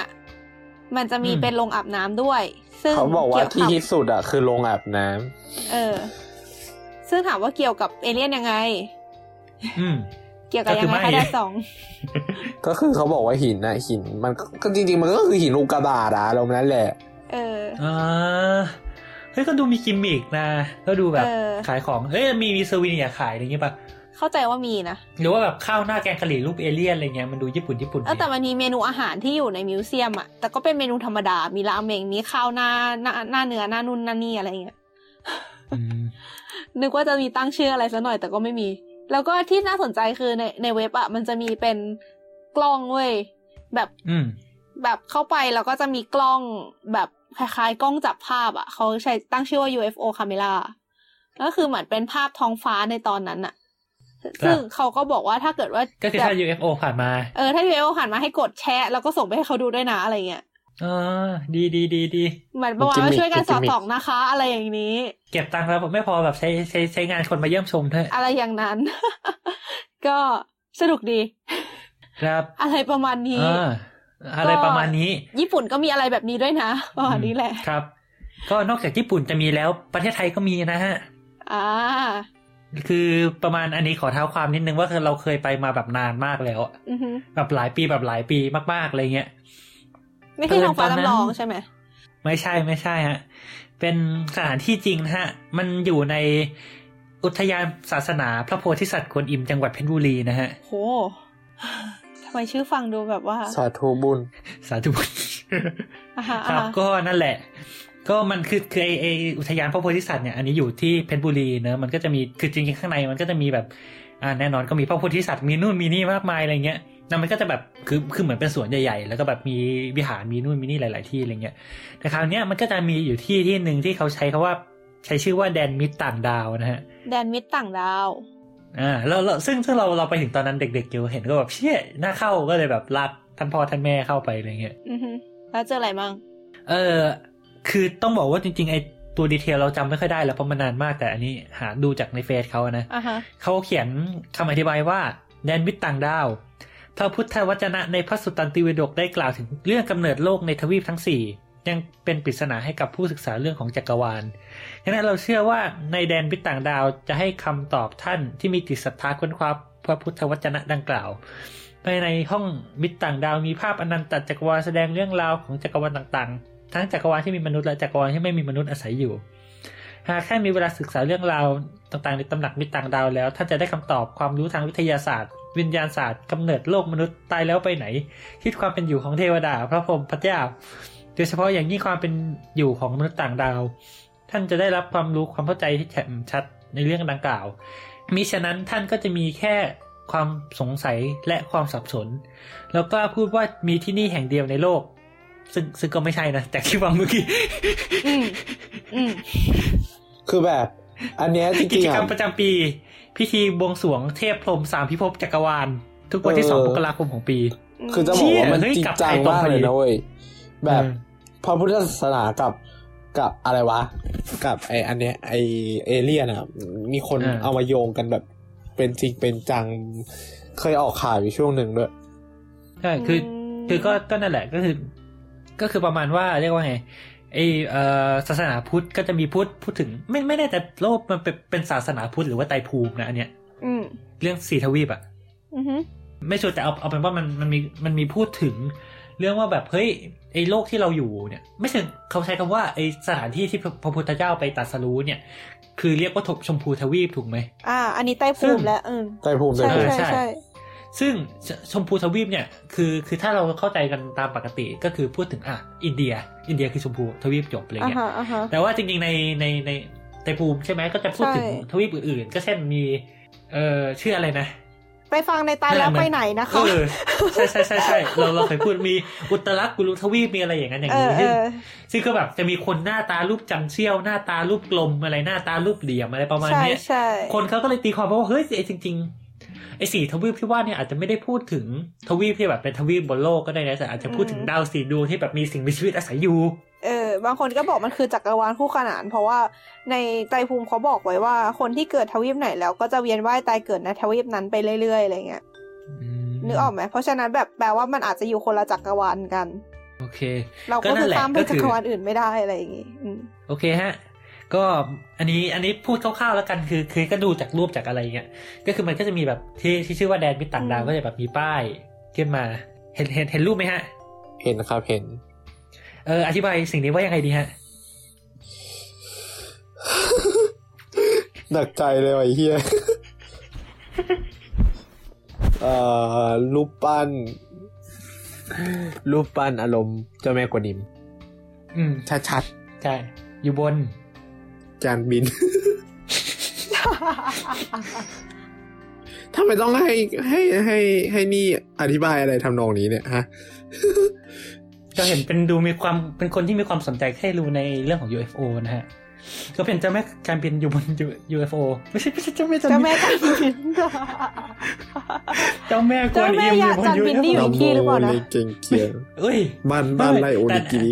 มันจะมี
อืม
เป็นโรงอาบน้ำด้วย ซึ่ง
เขาบอกว่าที่
เย
ฮิตสุดอะคือโรงอาบน้ำ
เออ ซึ่งถามว่าเกี่ยวกับเอเลียนยังไง
อืม
เกี่ยวกับยัง
ก็คื
ไง
อไม่
คะได้สอง
ก็คือเขาบอกว่าหินอะหิน มันก็จริง ๆ มันก็คือหินอุกกาบาตอะอารมณ์นั้นแหละ
เออ
อ่าเฮ้ยก็ดูมีกิมมิกนะ ก็ดูแบบ
เออ
ขายของเฮ้ยมีมีเซอร์วินอยากขายอะไรเงี้ยป่ะ
เข้าใจว่ามีนะ
หรือว่าแบบข้าวหน้าแกงกะหรี่รูปเอเลี่ยนอะไรเงี้ยมันดูญี่ปุ่นญี่ปุ่น
เออแต่มันมีเมนูอาหารที่อยู่ในมิวเซียมอะแต่ก็เป็นเมนูธรรมดา มีราเมงมีข้าวหน้าหน้าหน้าเนื้อหน้านุ่นหน้านี่อะไรอย่างเงี้ย
อืม
นึกว่าจะมีตั้งชื่ออะไรซะหน่อยแต่ก็ไม่มี แล้วก็ที่น่าสนใจคือในในเว็บอะมันจะมีเป็นกล้องเว้ยแบบ
อืม
แบบเข้าไปแล้วก็จะมีกล้องแบบคล้ายๆ กล้องจับภาพอะ่ะ เขาใช้ตั้งชื่อว่า UFO camera ก็คือเหมือนเป็นภาพท้องฟ้าในตอนนั้นอะ
ครับ
ซึ่งเขาก็บอกว่าถ้าเกิดว่า
ก็คือถ้า UFO ผ่านมา
เออถ้า UFO หันมาให้กดแชร์แล้วก็ส่งไปให้เขาดูด้วยนะอะไรเงี้ย
อ่าดีดีดีดี
เหมือนประมาณว่าช่วยกันสอดส่องนะคะ อะไรอย่างนี้
เก็บตังค์แล้วไม่พอแบบใช้ใช้ใช้งานคนมาเยี่ยมชมด้วย
อะไรอย่างนั้น ก็สนุกดี
ครับ
อะไรประมาณนี้
อ่าอะไรประมาณนี้
ญี่ปุ่นก็มีอะไรแบบนี้ด้วยนะประมาณนี้แหละ
ครับ ก็นอกจากญี่ปุ่นจะมีแล้วประเทศไทยก็มีนะฮะ
อ่า
คือประมาณอันนี้ขอเท้าความนิดนึงว่าคือเราเคยไปมาแบบนานมากแล้วอะ
อือฮึ
แบบหลายปีแบบหลายปีมากๆอะไรเงี้ย
ไม่ใช่ทองฟ้าจำลองใช่ไหม
ไม่ใช่ไม่ใช่ฮะ เป็นสถานที่จริงนะฮะ มันอยู่ในอุทยานศาสนาพระโพธิสัตว์กวนอิมจังหวัดเพชรบุรีนะฮะ
โหทำไมชื่อฟังดูแบบว่า
สาธุบุญ
สาธุ
อ่า
ค
ฮะ
รับ
อ่าฮะ
ก็นั่นแหละ ก็มันคือคือไอไออุทยานพระโพธิสัตว์เนี่ยอันนี้อยู่ที่เพชรบุรีเนอะมันก็จะมีคือจริงๆข้างในมันก็จะมีแบบอ่าแน่นอนก็มีพระโพธิสัตว์มีนู่นมีนี่มากมายอะไรเงี้ยนะมันก็จะแบบคือคือเหมือนเป็นสวนใหญ่ๆ แล้วก็แบบมีวิหารมีนู่นมีนี่หลาย ๆที่อะไรเงี้ยแต่คราวเนี้ยมันก็จะมีอยู่ที่ที่หนึ่งที่เขาใช้คาว่าใช้ชื่อว่าแดนมิตรต่างดาวนะฮะ
แดนมิตรต่างดาว
อ่าแล้วแล้วซึ่งซึ่งเราเราไปถึงตอนนั้นเด็กๆอยู่เห็นก็แบบเชี่ยน่าเข้าก็เลยแบบลากท่านพ่อท่านแม่เข้าไปอะไรเงี้ย
อือฮึแล้วเจออะไรมั่ง
เออ คือต้องบอกว่าจริงๆ ไอตัวดีเทลเราจำไม่ค่อยได้แล้วเพราะมันนานมากแต่อันนี้หาดูจากในเฟซเขาอะนะ
อ่าฮะ
เขาเขียนคำอธิบายว่าแดนมิตรต่างดาว พระพุทธวจนะในพระสุตตันติวิฎกได้กล่าวถึงเรื่องกำเนิดโลกในทวีปทั้ง 4 ยังเป็นปริศนาให้กับผู้ศึกษาเรื่องของจักรวาลดังนั้นเราเชื่อว่าในแดนมิตรต่างดาวจะให้คำตอบท่านที่มีจิตศรัทธาค้นคว้าพระพุทธวจนะดังกล่าวภายในห้องมิตรต่างดาวมีภาพอนันตจักรวาลแสดงเรื่องราวของจักรวาลต่างๆ ทั้งจักรวาลที่มีมนุษย์และจักรวาลที่ไม่มีมนุษย์อาศัยอยู่ หากแค่านมีเวลาศึกษาเรื่องราวต่างๆ ในตำหนักมิตรต่างดาวแล้วท่านจะได้คำตอบความรู้ทางวิทยาศาสตร์ วิญญาณศาสตร์กำเนิดโลกมนุษย์ตายแล้วไปไหน คิดความเป็นอยู่ของเทวดา พระพรหมพระเจ้า โดยเฉพาะอย่างยิ่งความเป็นอยู่ของมนุษย์ต่างดาว ท่านจะได้รับความรู้ความเข้าใจที่แจ่มชัดในเรื่องดังกล่าวมิฉะนั้นท่านก็จะมีแค่ความสงสัยและความสับสน แล้วก็พูดว่ามีที่นี่แห่งเดียวในโลก ซึ่งซึ่งก็ไม่ใช่นะแต่ที่ฟังเมื่อกี้
อืม อืม
คือแบบ อันเนี้ยจ
กิ
ริง
จก
ๆ
ร
อะ
รมประจำปี พิธีบวงสรวงเทพพรหมสามพิภพจักรวาล ทุกวันที่สอง
เอ
ม
อ
กราคมของปี
คือจะบอกว่ามัน
เชี่ย
จริงจังมากเลยนะเว้ยแบบพระพุทธศาสนากับกับอะไรวะ กับไออันเนี้ยไอเอเลี่ยนอะมีคน
เออ
เอามาโยงกันแบบ เป็นจริงเป็นจัง เคยออกข่าวอยู่ช่วงหนึ่งด้วย
ใช่คือ คือก็ก็นั่นแหละก็คือ ก็คือประมาณว่าเรียกว่าไงไอเอ่อศาสนาพุทธก็จะมีพุทธพูดถึง ไม่ไม่แน่แต่โลกมันเป็นเป็นศาสนาพุทธหรือว่าไตรภูมินะอันเนี้ย
อืม
เรื่องสี่ทวีปอะ
อือฮึ
ไม่ชัวร์แต่เอาเอาเป็นว่ามันมันมีมันมีพูดถึง เรื่องว่าแบบเฮ้ยไอ้โลกที่เราอยู่เนี่ย ไม่ใช่เขาใช้คำว่าไอสถานที่ที่พระพระพุทธเจ้าไปตรัสรู้เนี่ย คือเรียกว่าทบชมพูทวีปถูกไหม
อ่า อันนี้ใต้ภูมิแล้วอืม
ใต้ภูมิใต้
ใช่
ภูมิ
ใช่
ใช่
ใช่
ซึ่งชชมพูทวีปเนี่ยคือคือถ้าเราเข้าใจกันตามปกติก็คือพูดถึงอ่ะอินเดีย อินเดียคือชมพูทวีปจบอะไร
อ่า
เงี้ย
ฮะอ่าฮะ
แต่ว่าจริงๆในในในในภูมิใช่ไหมก็จะพูดถึง
ใช่
ทวีปอื่นๆ ก็เช่นมี เอ่อชื่ออะไรนะ
ไปฟังในตายแล้ว
นั่นแหละ
ไปไหนนะ
เอ
คะ
อใช่ใช่ใช่ใช่เราเราเคยพูดมีอุตรักกุลุทวีปมีอะไรอย่างนั้นอย่าง
เอ
นี้
อเอ
ซึ่ง
อ
ซึ่งก็แบบจะมีคนหน้าตารูปจันเชี่ยวหน้าตารูปกลมอะไรหน้าตารูปเหลี่ยมอะไรประมาณ
ใช่
เนี้ย
ใช่
คนเขาก็เลยตีความว่าเฮ้ยไอ้จริงๆไอ้สี่ทวีปที่ว่าเนี่ยอาจจะไม่ได้พูดถึงทวีปที่แบบเป็นทวีปบนโลกก็ได้นะแต่อาจจะพูดถึงดาวสี่ดวงที่แบบมีสิ่งมีชีวิตอาศัยอยู่
เออ บางคนก็บอกมันคือจักรวาลคู่ขนาน เพราะว่าในไตรภูมิเขาบอกไว้ว่า คนที่เกิดทวีปไหนแล้วก็จะเวียนว่ายตายเกิดในทวีปนั้นไปเรื่อยๆอะไรเงี้ย
ม
นึกออกไหมเพราะฉะนั้นแบบแปลว่ามันอาจจะอยู่คนละจักรวาลกัน
โอเค
เรา
ก็
ก็
นั่
คื
น
อ
แหละ
ข้ามไป
ก็คือ
จักรวาลอื่นไม่ได้อะไรอย่างงี้อื ม
โอเคฮะ ก็อันนี้อันนี้พูดคร่าวๆแล้วกันคือคือก็ดูจากรูปจากอะไรเงี้ย ก็คือมันก็จะมีแบบที่ที่ชื่อว่าแดนมิตรต่างดาวก็จะแบบมีป้ายขึ้นมา เห็นเห็นเห็นรูปไหมฮะ
เห็นครับเห็น
เอออธิบายสิ่งนี้ว่ายังไงดีฮะ
หนักใจเลยว่ะไอ้ เฮียเอ่อรูปปั้น รูปปั้นอารมณ์เจ้าแม่กวนอิม
อืม
ชัด
ใช่อยู่บน
ๆจาน บิน ถ้าไม่ต้องให้ให้ให้ให้นี่อธิบายอะไรทำนองนี้เนี่ยฮะ
ก็เห็นเป็นดูมีความเป็นคนที่มีความสนใจแค่รู้ในเรื่องของ UFO นะฮะ ก็เป็นเจ้าแม่การบินอยู่บน UFO ไม่ใช่ไม่ใช่เจ้าแม่
เจ้าแม่การบิน
เจ้าแม่กวนอิมอยู่บน
เจ้าแม่ยานการบินที่อยู่
UFO
ที่หรือเปล่านะ
โมเลเก่งเกียง
เอ้ย
บ้านบ้านไรโอนิกิริ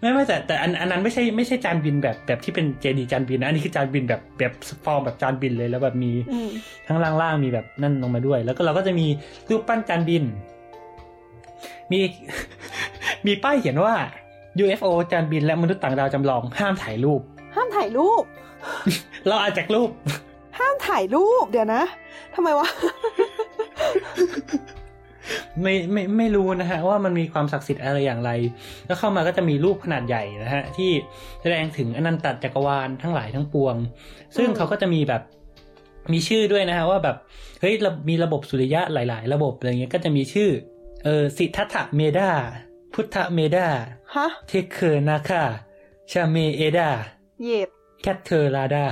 ไม่ไม่แต่แต่อันอันนั้นไม่ใช่ไม่ใช่จานบินแบบแบบที่เป็นเจดีย์จานบินนะอันนี้คือจานบินแบบแบบฟอร์มแบบจานบินเลยแล้วแบบมี
อืม
ทั้งล่างล่างๆมีแบบนั่นลงมาด้วย แล้วก็เราก็จะมีรูปปั้นจานบิน มี มีป้ายเขียนว่า UFO จานบินและมนุษย์ต่างดาวจำลองห้ามถ่ายรูป
ห้ามถ่ายรูป
เราอาจจากรูป
ห้ามถ่ายรูปเดี๋ยวนะทำไมวะ
ไม่ไม่ไม่รู้นะฮะว่ามันมีความศักดิ์สิทธิ์อะไรอย่างไร แล้วเข้ามาก็จะมีรูปขนาดใหญ่นะฮะที่แสดงถึงอนันตจักรวาลทั้งหลายทั้งปวง ซึ่ง
อืม
เขาก็จะมีแบบมีชื่อด้วยนะฮะว่าแบบเฮ้ยระมีระบบสุริยะหลาย ๆ ระบบอะไรเงี้ยก็จะมีชื่อเออสิทธัตถะเมดาพุทธเมดา
ฮะ
เทคเคอร์นาคาชาเมเอดา
เหย็บ
แคทเทอร์ลาดา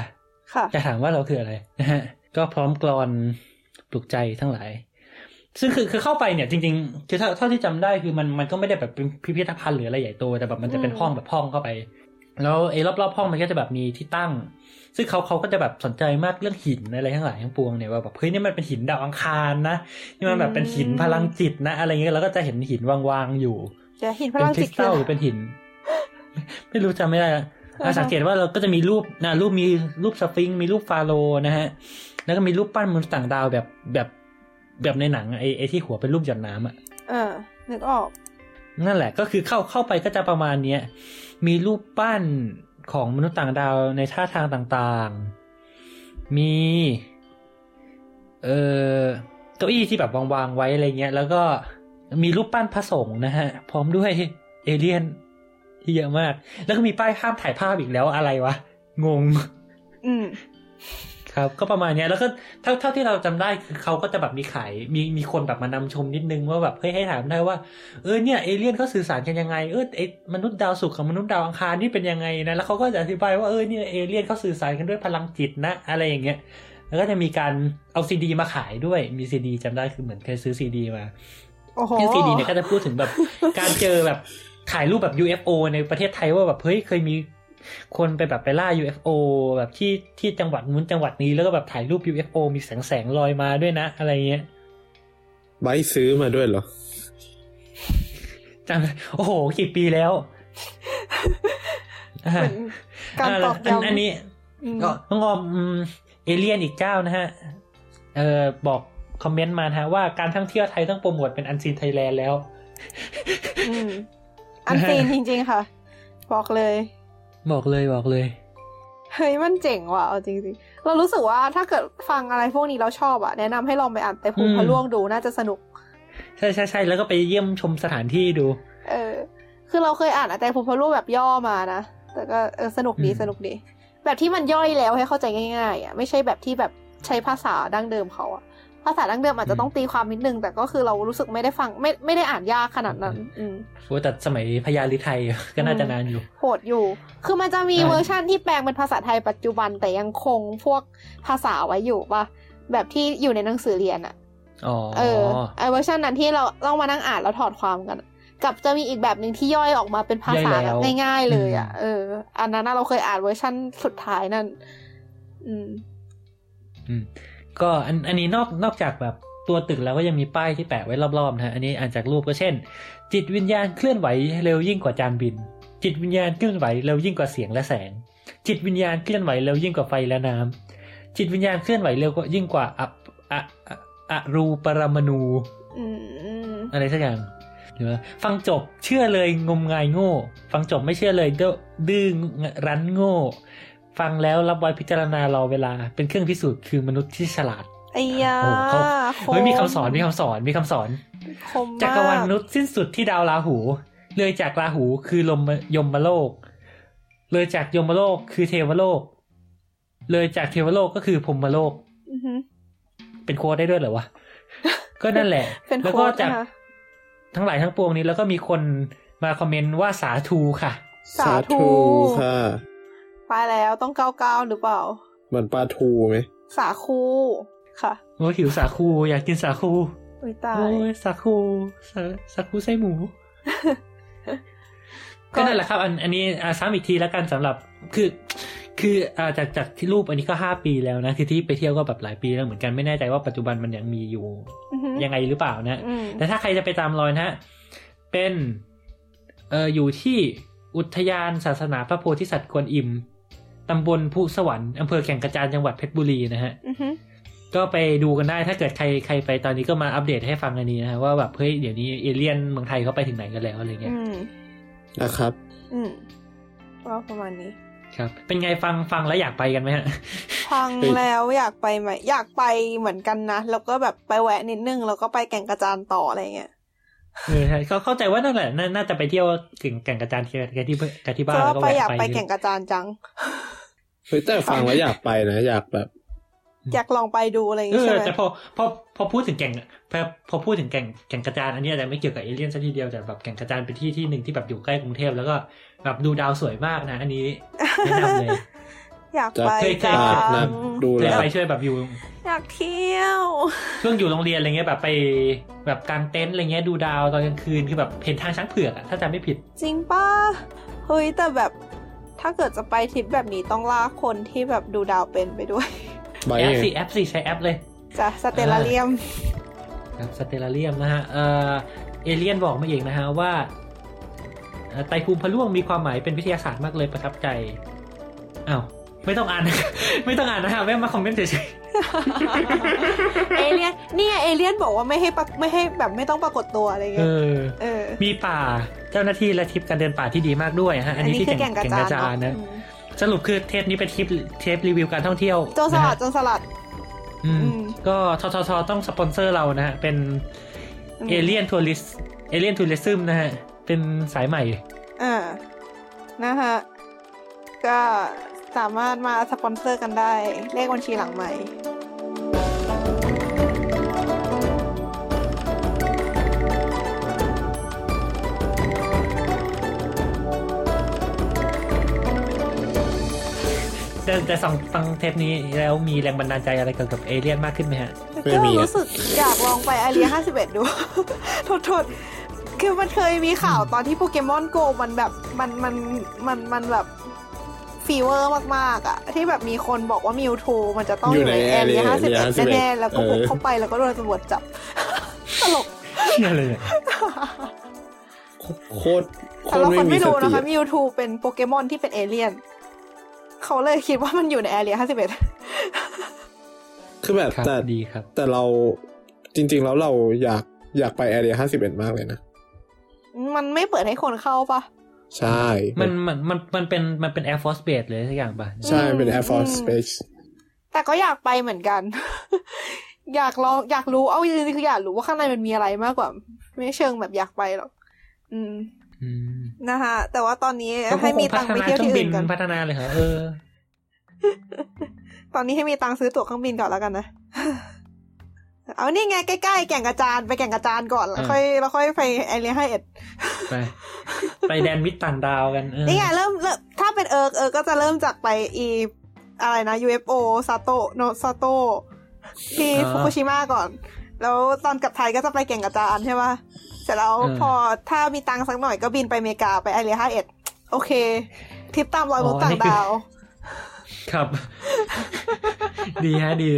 ค่ะ
จะถามว่าเราคืออะไร นะฮะก็พร้อมกรอนปลุกใจทั้งหลาย ซึ่งคือคือเข้าไปเนี่ยจริงๆคือเท่าเท่าที่จำได้คือมันมันก็ไม่ได้แบบเป็นพิพิธภัณฑ์หรืออะไรใหญ่โตแต่แบบมันจะเป็น
อืม
ห้องแบบห้องเข้าไป แล้วไอ้รอบๆห้องมันก็จะแบบมีที่ตั้ง ซึ่งเขาเขาก็จะแบบสนใจมากเรื่องหินอะไรทั้งหลายทั้งปวงเนี่ยว่าแบบเฮ้ยนี่มันเป็นหินดาวอังคารนะนี่มันแบบเป็นหินพลังจิตนะอะไรเงี้ยแล้วก็จะเห็นหินวางๆอยู่
จะหินพ
เป็น
ลัง
คริ
จิต
ส
คื
ตั
อ
ลห
อะไร
รือเป็นหิน ไม่รู้จำไม่ได้ละ
อ่า
อ่ะ
ฮะ
สังเกตว่าเราก็จะมีรูปนะรูปมีรูปสฟิงค์มีรูปฟาโรห์นะฮะ แล้วก็มีรูปปั้นมนุษย์ต่างดาวแบบแบบแบบในหนังอะไอ้ไอ้ที่หัวเป็นรูปหยดน้ำอ่ะ
เออนึกออก
นั่นแหละก็คือเข้าเข้าไปก็จะประมาณเนี้ยมีรูปปั้นของมนุษย์ต่างดาวในท่าทางต่างๆ มีเออเก้าอี้ที่แบบวางๆไว้อะไรเงี้ย แล้วก็มีรูปปั้นพระสงฆ์นะฮะ พร้อมด้วย เอเลี่ยนที่เยอะมาก แล้วก็มีป้ายห้ามถ่ายภาพอีกแล้วอะไรวะ งง
อืม
ครับก็ประมาณเนี้ยแล้วก็เท่าเท่าที่เราจำได้คือเขาก็จะแบบมีขายมีมีคนแบบมานำชมนิดนึงว่าแบบเฮ้ยให้ถามได้ว่าเออเนี่ยเอเลี่ยนเขาสื่อสารกันยังไงเออไอมนุษย์ดาวศุกร์กับมนุษย์ดาวอังคารนี่เป็นยังไงนะแล้วเขาก็จะอธิบายว่าเออเนี่ยเอเลี่ยนเขาสื่อสารกันด้วยพลังจิตนะ อะไรอย่างเงี้ยแล้วก็จะมีการเอาซีดีมาขายด้วยมีซีดีจำได้คือเหมือนเคยซื้อซีดีมา
โอ้โห
ซึ่งซีดีเนี่ยก็จะพูดถึงแบบ การเจอแบบถ่ายรูปแบบ UFO ในประเทศไทยว่าแบบเฮ้ยเคยมีคนไปแบบไปล่า UFO แบบที่ที่จังหวัดนู้นจังหวัดนี้แล้วก็แบบถ่ายรูป UFO มีแสงแสงๆลอยมาด้วยนะ อะไรเงี้ย
ไบร์ทซื้อมาด้วยเหรอ
จำโอ้โหกี่ปี แล้วอ่ะ
เหมือนการตอก
ะ
ย้ำ
อันนี้
อืม
ก็น้องออมอืมเอเลียนอีกเจ้านะฮะ เออบอกคอมเมนต์มานะฮะว่าการท่องเที่ยวไทยต้องโปรโมทเป็นอันซีนไทยแลนด์แล้ว
อืมอันซีนจริง ๆ ค่ะ บอกเลย
บอกเลยบอกเลย
เฮ้ยมันเจ๋งว่ะเอาจริงๆ เรารู้สึกว่าถ้าเกิดฟังอะไรพวกนี้เราชอบอะแนะนำให้ลองไปอ่านไปภูมิพระล่วงดูน่าจะสนุก
ใช่ใช่ใช่แล้วก็ไปเยี่ยมชมสถานที่ดู
เออ คือเราเคยอ่านแต่ภูมิพระล่วงแบบย่อมานะ แต่ก็เออสนุกดี
อืม
สนุกดี แบบที่มันย่อยแล้วให้เข้าใจง่ายๆอะไม่ใช่แบบที่แบบใช้ภาษาดั้งเดิมเขาอะภาษาดั้งเดิมอาจจะต้องตีความนิดนึง แต่ก็คือเรารู้สึกไม่ได้ฟังไม่ไม่ได้อ่านยากขนาดนั้น อืม
โอ้แต่สมัยพญาลิไทย ก็น่าจะนานอยู่
โหดอยู่ คือมันจะมี
ใช่
เวอร์ชั่นที่แปลงเป็นภาษาไทยปัจจุบันแต่ยังคงพวกภาษาไว้อยู่ป่ะ แบบที่อยู่ในหนังสือเรียนอะ
อ๋อ
เออ ไอเวอร์ชันนั้นที่เราต้องมานั่งอ่านแล้วถอดความกันอะกับจะมีอีกแบบหนึ่งที่ย่อยออกมาเป็นภาษาแบบง่าย ๆ เลยอะเออ อันนั้นนะเราเคยอ่านเวอร์ชั่นสุดท้ายนั่น อืม
มก็อันอันนี้นอกนอกจากแบบตัวตึกแล้วก็ยังมีป้ายที่แปะไว้รอบๆนะฮะอันนี้อ่านจากรูปก็เช่น จิตวิญญาณเคลื่อนไหวเร็วยิ่งกว่าจานบิน จิตวิญญาณเคลื่อนไหวเร็วยิ่งกว่าเสียงและแสง จิตวิญญาณเคลื่อนไหวเร็วยิ่งกว่าไฟและน้ำจิตวิญญาณเคลื่อนไหวเร็วกว่ายิ่งกว่าอับอะอะอะรูปรมาณู
อืม
อะไรสักอย่างหรือว่าฟังจบเชื่อเลยงมงายโง่ ฟังจบไม่เชื่อเลยเด้อดื้อรั้นโง่ ฟังแล้วรับไว้พิจารณารอเวลา เป็นเครื่องพิสูจน์คือมนุษย์ที่ฉลาด
ไอ้ยา
โอ้โหเขา
ค
เฮ้ยมีคำสอนมีคำสอนมีคำสอน
คมม
จักรวาลมนุษย์สิ้นสุดที่ดาวราหู เลยจากราหูคือลมยมโลก เลยจากยมโลกคือเทวโลก เลยจากเทวโลกก็คือพรหมโลก
อือหือ
เป็นโค้ดได้ด้วยเหรอ วะ ก็นั่นแหละ
เป็น
แล้ว
โค้
ก็
ด
จาก
นะคะ
ทั้งหลายทั้งปวงนี้แล้วก็มีคนมาคอมเมนต์ว่าสาธุค่ะ
สาธุ
ค่ะ
ไปแล้วต้องเก้าเก้าหรือเปล่า
เหมือนปลาทูไหม
สาคูค่ะ
โอ้ยหิวสาคูอยากกินสาคู
อุ้ยตา
โอ้
ย
ยสาคูสาสาคูไส้หมู
ก็
ก็นั่นแหละครับ อันอันนี้อ่าซ้ำอีกทีแล้วกันสำหรับคือคืออ่าจากจากที่รูปอันนี้ก็ห้าปีแล้วนะคือที่ไปเที่ยวก็แบบหลายปีแล้วเหมือนกันไม่แน่ใจว่าปัจจุบันมันยังมีอยู่
อือหือ
ยังไงหรือเปล่านะ
อืม
แต่ถ้าใครจะไปตามรอยนะฮะ เป็น เอออยู่ที่อุทยานศาสนาพระโพธิสัตว์กวนอิม ตำบลภูสวรรค์อำเภอแก่งกระจานจังหวัดเพชรบุรีนะฮะ
อือหือ
ก็ไปดูกันได้ถ้าเกิดใครใครไปตอนนี้ก็มาอัปเดตให้ฟังอันนี้นะฮะว่าแบบเฮ้ยเดี๋ยวนี้เอเลี่ยนเมืองไทยเขาไปถึงไหนกันแล้วอะไรเงี้ย
อืม
นะครับ
อืมก็ประมาณนี้
ครับ เป็นไงฟังฟังแล้วอยากไปกันไหมฮะ
ฟัง
เฮ้ย
แล้วอยากไปไหมอยากไปเหมือนกันนะ แล้วก็แบบไปแวะนิดนึง แล้วก็ไปแก่งกระจานต่ออะไรเงี้ย
เออใช่เขาเข้าใจว่านั่นแหละน่าน่าจะไปเที่ยวถึงแก่งกระจานที่กันที่กันที่บ้าน
จะ
แล้วก็
ว่าไป
แวะ
อยาก
ไป
ไปแก่งกระจานจัง
เฮ้ยแต่ฟังแล้วอยากไปนะอยากแบบ
อยากลองไปดูอะไรอย่าง
เอ
งี้ใช่
อ
ไหม
แต่พอพอพอพูดถึงแก่งพอพอพูดถึงแก่งแก่งกระจานอันนี้อาจจะไม่เกี่ยวกับเอเลี่ยนซะทีเดียวแต่แบบแก่งกระจานเป็นที่ที่หนึ่งที่แบบอยู่ใกล้กรุงเทพแล้วก็แบบดูดาวสวยมากนะ อันนี้แนะนำเลย
อยาก
จะ
ไป
เคย
จั
ๆ
ง
ปากนะดู
เคย
แล
ไปช่วยแบบอยู่
อยากเที่ยว
ช่วงอยู่โรงเรียนอะไรเงี้ยแบบไปแบบกางเต็นท์อะไรเงี้ยดูดาวตอนกลางคืนคือแบบเห็นทางช้างเผือกอะถ้าจำไม่ผิด
จริงป้าเฮ้ยแต่แบบถ้าเกิดจะไปทริปแบบนี้ต้องลากคนที่แบบดูดาวเป็นไปด้วย
ไป
แอป
ไง
สี่แอปสี่ใช้แอปเลย
จะสเตลลาเรียม
ครับสเตลเลียมนะฮะเอ่อเอเลียนบอกมาเองนะฮะว่าเอ่อไตรภูมิพะล่วงมีความหมายเป็นวิทยาศาสตร์มากเลยประทับใจอ้าวไม่ต้องอ่าน ไม่ต้องอ่านนะฮะแม่มาคอมเมนต์เฉย
เอเลียนเนี่ยเอเลียนบอกว่าไม่ให้ปะไม่ให้แบบไม่ต้องปรากฏตัวอะไร
ๆเอ
เงี้ย
อ
เออ
มีป่าเจ้าหน้าที่และทริปการเดินป่าที่ดีมากด้วยฮะ
อั
อันนี้ที่
คื
แก่งแก่งกระจานนะ
เอะ
สรุปคือเทปนี้เป็นทริปเทปรีวิวการท่องเที่ยว
โจรสลัด
นะฮะ
โจรสลัด
อืม
อืม
ก็ทททต้องสปอนเซอร์เรานะฮะเป็น
ม
เอเลียนทัวริสเอเลียนทัวริซึมนะฮะ เป็นสายใหม่
เออนะฮะ ก็สามารถมาสปอนเซอร์กันได้ เลขบัญชีหลังใหม่
แต่แต่สองฟังเทปนี้แล้วมีแรงบันดาลใจอะไรเกี่ยวกับเอเลียนมากขึ้นไหมฮะ
ไม่
ก็
มีอะ
รู้สึกอยากลองไปอาเรีย51 ดู โทษโทษคือมันเคยมีข่าวตอนที่โปเกมอนโกมันแบบมันมันมันมันแบบฟีเวอร์มากๆ อ่ะ ที่แบบมีคนบอกว่ามิวทูมันจะต้อง
อ
อยู่ยู่ใน
ใน
แอเรีย
Area
51 แน่ๆแล้วก็
เออ
บุกเข้าไปแล้วก็โดนตำรวจจับ ตลก
เชื่อเลยอะ
โคตรโค
แต่
ตร
เราค
ไม่
น
มี
ไม่
ส
รู้
ติ
นะคะ
อะ
มิวทูเป็นโปเกมอนที่เป็นเอเลี่ยน เขาเลยคิดว่ามันอยู่ในแอเรีย51
คือแบบ
ครับ
แต่
ดีครับ
แต่เราจริง ๆ แล้วเราอยากอยากไปแอเรียห้าสิบเอ็ดมากเลยนะ
มันไม่เปิดให้คนเข้าปะ
ใช่
มันมันมันมันเป็นมันเป็นแอร์ฟอร์สเบสเลยสักอย่างป่ะ
ใช่เป็น
อืม
Air Force Space
แต่ก็อยากไปเหมือนกัน อยากลองอยากรู้เอาจริงๆคืออยากรู้ว่าข้างในมันมีอะไรมากกว่า ไม่เชิงแบบอยากไปหรอกอืม
อืม
นะคะแต่ว่าตอนนี้ให้มีตังค์ไปเที่ยวที่อื่นก่อน
พัฒนาเครื่องบินพัฒนาเลยเหรอเออ
ตอนนี้ให้มีตังค์ซื้อตั๋วเครื่องบินก่อนแล้วกันนะ เอานี่ไงใกล้ๆแก่งกระจานไปแก่งกระจานก่อนแล้ว
อ่า
ค่อยแล้วค่อยไปไอเลียให้เอ็ด
ไป ไปแดนมิตรต่างดาวกันเออ
นี่ไงเริ่มเริ่มถ้าเป็นเอิร์กเอิร์กก็จะเริ่มจากไปอีอะไรนะ UFO ซาโตโนซาโตที่ฟุกุชิมะก่อน แล้วตอนกลับไทยก็จะไปแก่งกระจานใช่ปะเสร็จแล้วพอถ้ามีตังค์สักหน่อยก็บินไปอเมริกาไปไอเรียห้าเอ็ดโอเคทริปตามรอยมนุษย์ต่างดาว
ครับ ดีฮะดี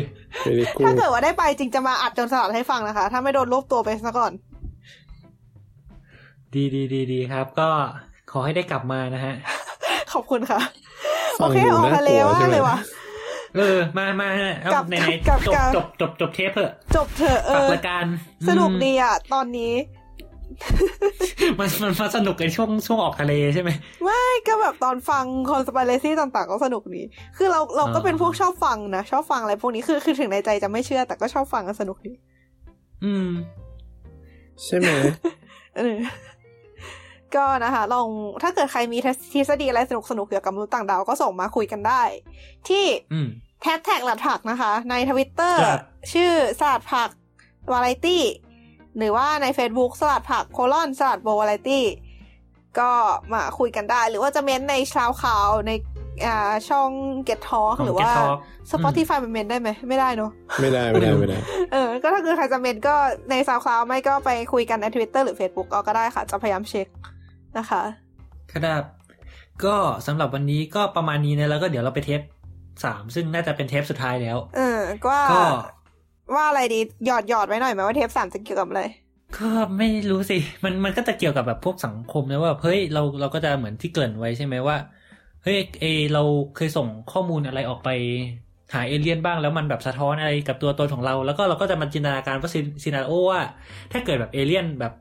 ไม่ได้กู
ถ้าเกิดว่าได้ไปจริงจะมาอัดจนสลัดให้ฟังนะคะ ถ้าไม่โดนรวบตัวไปซะก่อน
ดีดีดีดีครับ ก็ข อให้ได้กลับมานะฮะ
ขอบคุณค่ะ
ฟั
โอง เค
ดู
ออก
น่า
ทะเล
กลัว
มาก
ใช่ไหม
เลยว่ะ
เออ มามาฮะเอา
กลับ
ไหนๆ
กลับ
จบ
กลับ
จบจบจบเทปเถอะ
จบเถอะเอ
ปรับ
อ
รายการ
สนุก
อืม
ดีอ่ะ ตอนนี้
มันมันมาสนุกในช่วงช่วงออกทะเลใช่ไหม
ไม่ก็แบบตอนฟังคอนสป i เ a ซี่ต่างๆ ก็สนุกดี คือเราเราก็
อ่า
เป็นพวกชอบฟังนะ ชอบฟังอะไรพวกนี้คือคือถึงในใจจะไม่เชื่อแต่ก็ชอบฟังก็สนุกดี
อืม
ใช่ไหม
เออ ก็นะคะ ลองถ้าเกิดใครมีทฤษฎีอะไรสนุกสนุกๆเกี่ยวกับมนุษย์ต่างดาวก็ส่งมาคุยกันได้ ที่
อืม
แท็กแท็กหลัดผักนะคะ ในทวิตเตอร์
ครับ
ชื่อสลัดผักวาไรตี้หรือว่าใน Facebook สลัดผักโคลอนสลัดโบวาไรตี้ก็มาคุยกันได้ หรือว่าจะเม้นในชาวข่าวในอ่าช่อง Get Talk
ขง
หรือว่า
Get Talk
Spotify มันเม้นได้ไหม ไม่ได้เนอะ
ไม่ได้ไม่ได้ไม่ได้
เออ ก็ถ้าเกิดใครจะเม้นก็ในชาวข่าวไม่ก็ไปคุยกันใน Twitter หรือ Facebook เอาก็ได้ค่ะ จะพยายามเช็คนะคะ
ครับ ก็สำหรับวันนี้ก็ประมาณนี้นะแล้วก็เดี๋ยวเราไปเทปสามซึ่งน่าจะเป็นเทปสุดท้ายแล้ว
เออก็ว่า
ก็
ว่าอะไรดีหยอดหยอดไว้หน่อยไหมว่าเทปสามจะเกี่ยวกับอะไร
ก็ไม่รู้สิ มันมันก็จะเกี่ยวกับแบบพวกสังคมนะว่าเฮ้ยเราเราก็จะเหมือนที่เกริ่นไว้ใช่ไหมว่าเฮ้ยเอเราเคยส่งข้อมูลอะไรออกไปหาเอเลี่ยนบ้างแล้วมันแบบสะท้อนอะไรกับตัวตนของเรา แล้วก็เราก็จะมาจินตนาการว่าซีนาโอว่า ถ้าเกิดแบบเอเลี่ยนแบบ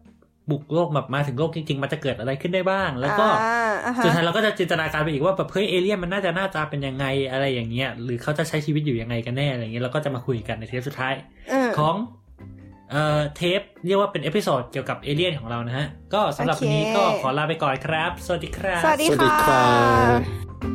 บุกโลกแบบมาถึงโลกจริง ๆ มันจะเกิดอะไรขึ้นได้บ้าง แล้วก็
อ่าอ่าฮะ
สุดท้ายเราก็จะจินตนาการไปอีกว่าแบบเฮ้ยเอเลี่ยนมันน่าจะหน้าตาเป็นยังไงอะไรอย่างเงี้ยหรือเขาจะใช้ชีวิตอยู่ยังไงกันแน่อะไรอย่างเงี้ยเราก็จะมาคุยกันในเทปสุดท้าย
เออ
ของเอ่อเทปเรียกว่าเป็นเอพิโซดเกี่ยวกับเอเลี่ยนของเรานะฮะ ก็สำหรับ
โอ
วั
เค
นนี้ก็ขอลาไปก่อนครับ สวัสดีครับ
สวัสดี
สวัสดี
ค่
ครั
ะ
บ